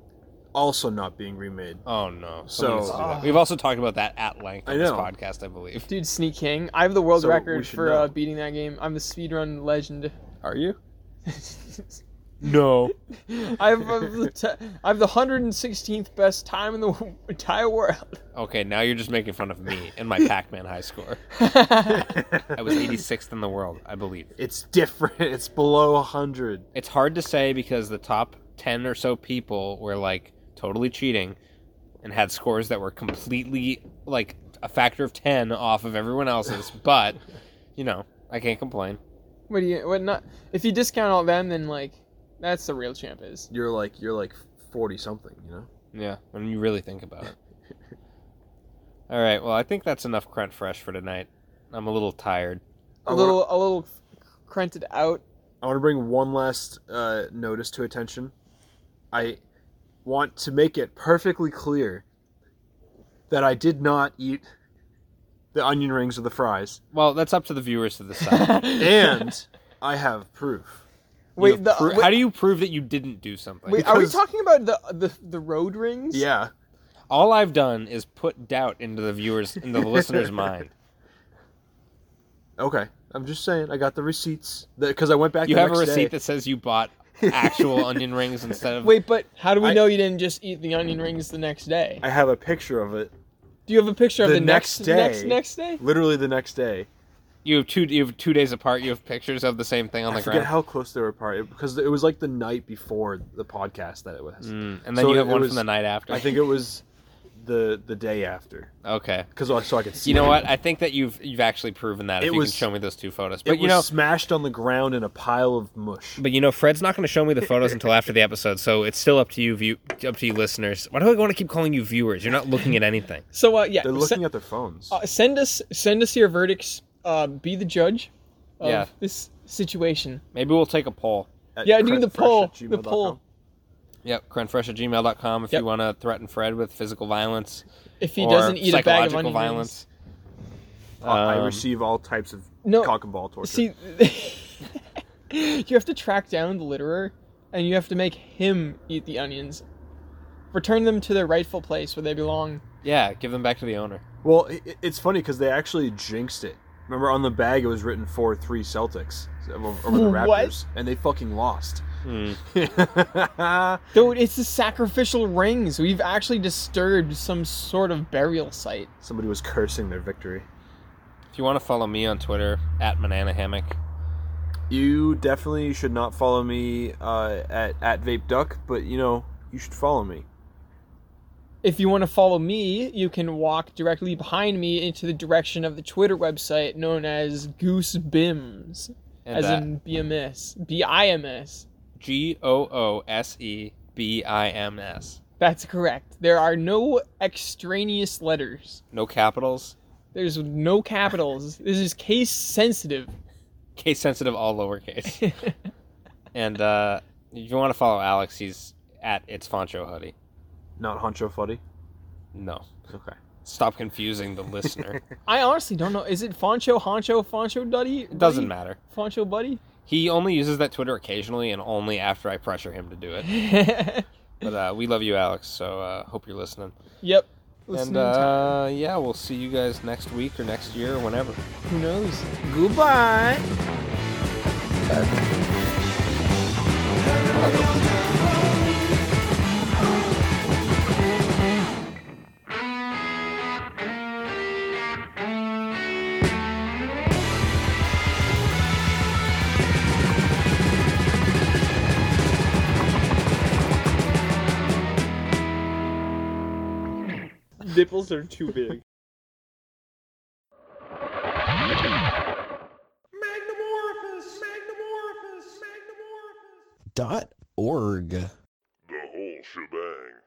Speaker 4: also not being remade.
Speaker 2: Oh no!
Speaker 4: So- uh,
Speaker 2: Somebody needs to do that. we've also talked about that at length on
Speaker 4: I
Speaker 2: this
Speaker 4: know.
Speaker 2: podcast, I believe.
Speaker 3: Dude, Sneak King. I have the world
Speaker 4: So, we
Speaker 3: record
Speaker 4: should
Speaker 3: for
Speaker 4: know.
Speaker 3: uh, beating that game. I'm the speedrun legend.
Speaker 4: Are you? No.
Speaker 3: I have, uh, the t- I have the 116th best time in the w- entire world.
Speaker 2: Okay, now you're just making fun of me and my Pac-Man high score. I was 86th in the world, I believe.
Speaker 4: It's different. It's below 100.
Speaker 2: It's hard to say because the top 10 or so people were like totally cheating and had scores that were completely like a factor of 10 off of everyone else's, but you know, I can't complain.
Speaker 3: What do you? What not? If you discount all them, then like, that's the real champ is.
Speaker 4: You're like you're like 40 something, you know?
Speaker 2: Yeah, when you really think about it. All right, well, I think that's enough Crent Fresh for tonight. I'm a little tired.
Speaker 3: A little, a little crented out.
Speaker 4: I want to bring one last uh, notice to attention. I want to make it perfectly clear that I did not eat the onion rings or the fries,
Speaker 2: Well, that's up to the viewers to decide.
Speaker 4: and I have proof.
Speaker 2: You
Speaker 3: Wait,
Speaker 2: have
Speaker 3: the,
Speaker 2: pro-
Speaker 3: wait,
Speaker 2: how do you prove that you didn't do something?
Speaker 3: wait, uh are we
Speaker 4: because-
Speaker 3: talking about the the the road rings?
Speaker 4: Yeah,
Speaker 2: All I've done is put doubt into the viewers, into the listener's mind.
Speaker 4: okay. I'm just saying, I got the receipts because I went back.
Speaker 2: You
Speaker 4: the
Speaker 2: have a
Speaker 4: next
Speaker 2: receipt
Speaker 4: Day.
Speaker 2: that says you bought actual onion rings instead of.
Speaker 3: Wait, but how do we
Speaker 4: I-
Speaker 3: know you didn't just eat the onion rings the next day?
Speaker 4: I have a picture of it.
Speaker 3: Do you have a picture of
Speaker 4: The
Speaker 3: the, next,
Speaker 4: next day.
Speaker 3: next next day?
Speaker 4: Literally the next day.
Speaker 2: You have two. You have two days apart. You have pictures of the same thing on
Speaker 4: I
Speaker 2: the
Speaker 4: forget
Speaker 2: ground,
Speaker 4: how close they were apart it- because it was like the night before the podcast that it was.
Speaker 2: Hmm. and then
Speaker 4: so
Speaker 2: you have
Speaker 4: it
Speaker 2: one
Speaker 4: was-
Speaker 2: from the night after.
Speaker 4: I think it was the the day after
Speaker 2: Okay.
Speaker 4: because I, so I could see.
Speaker 2: You know
Speaker 4: it.
Speaker 2: what? I think that you've you've actually proven that. If
Speaker 4: It
Speaker 2: you
Speaker 4: was-
Speaker 2: can show me those two photos,
Speaker 4: It
Speaker 2: but you
Speaker 4: was
Speaker 2: know,
Speaker 4: smashed on the ground in a pile of mush.
Speaker 2: but you know, Fred's not going to show me the photos until after the episode, so it's still up to you, view, up to you, listeners. Why do I want to keep calling you viewers? You're not looking at anything.
Speaker 3: So uh, yeah,
Speaker 4: They're
Speaker 3: se-
Speaker 4: looking at their phones.
Speaker 3: uh, send us send us your verdicts. Uh, be the judge of
Speaker 4: Um,
Speaker 2: Yeah.
Speaker 3: this situation.
Speaker 2: Maybe we'll take a poll.
Speaker 4: At
Speaker 3: yeah, do the
Speaker 4: crentfresh
Speaker 3: poll,
Speaker 4: at
Speaker 3: the poll.
Speaker 4: gmail.com.
Speaker 2: Yep, crentfresh at gmail.com if
Speaker 3: Yep.
Speaker 2: you want to threaten Fred with physical violence.
Speaker 3: If he
Speaker 2: or
Speaker 3: doesn't eat a bag of
Speaker 2: psychological
Speaker 3: onion
Speaker 2: violence.
Speaker 3: rings.
Speaker 4: Uh, I
Speaker 2: Um,
Speaker 4: receive all types of
Speaker 3: No,
Speaker 4: cock and ball torture.
Speaker 3: See, you have to track down the litterer, and you have to make him eat the onions. Return them to their rightful place where they belong.
Speaker 2: Yeah, give them back to the owner.
Speaker 4: well, i i- it's funny because they actually jinxed it. Remember on the bag it was written four three Celtics over, over the Raptors,
Speaker 3: What?
Speaker 4: and they fucking lost. Hmm.
Speaker 3: Dude, it's the sacrificial rings. We've actually disturbed some sort of burial site.
Speaker 4: Somebody was cursing their victory.
Speaker 2: If you want to follow me on Twitter, at Manana Hammock.
Speaker 4: You definitely should not follow me uh, at at Vape Duck, but you know you should follow me.
Speaker 3: If you want to follow me, you can walk directly behind me into the direction of the Twitter website known as Goose Bims,
Speaker 2: And uh,
Speaker 3: as in BMS, B-I-M-S.
Speaker 2: G O O S E B I M S.
Speaker 3: That's correct. There are no extraneous letters.
Speaker 2: No capitals.
Speaker 3: There's no capitals. this is case sensitive.
Speaker 2: Case sensitive, all lowercase. and uh, if you want to follow Alex, he's at It's Foncho Huddy.
Speaker 4: Not Honcho Fuddy.
Speaker 2: No.
Speaker 4: Okay.
Speaker 2: Stop confusing the listener.
Speaker 3: I honestly don't know. Is it Foncho, Honcho, Foncho Duddy?
Speaker 2: it doesn't matter.
Speaker 3: Foncho Buddy?
Speaker 2: He only uses that Twitter occasionally and only after I pressure him to do it. But uh, we love you, Alex, so uh, hope you're listening.
Speaker 3: yep.
Speaker 2: and
Speaker 3: Listening time.
Speaker 2: uh, yeah, we'll see you guys next week or next year or whenever.
Speaker 3: who knows?
Speaker 5: Nipples are too big.
Speaker 10: dot org.
Speaker 11: The whole shebang.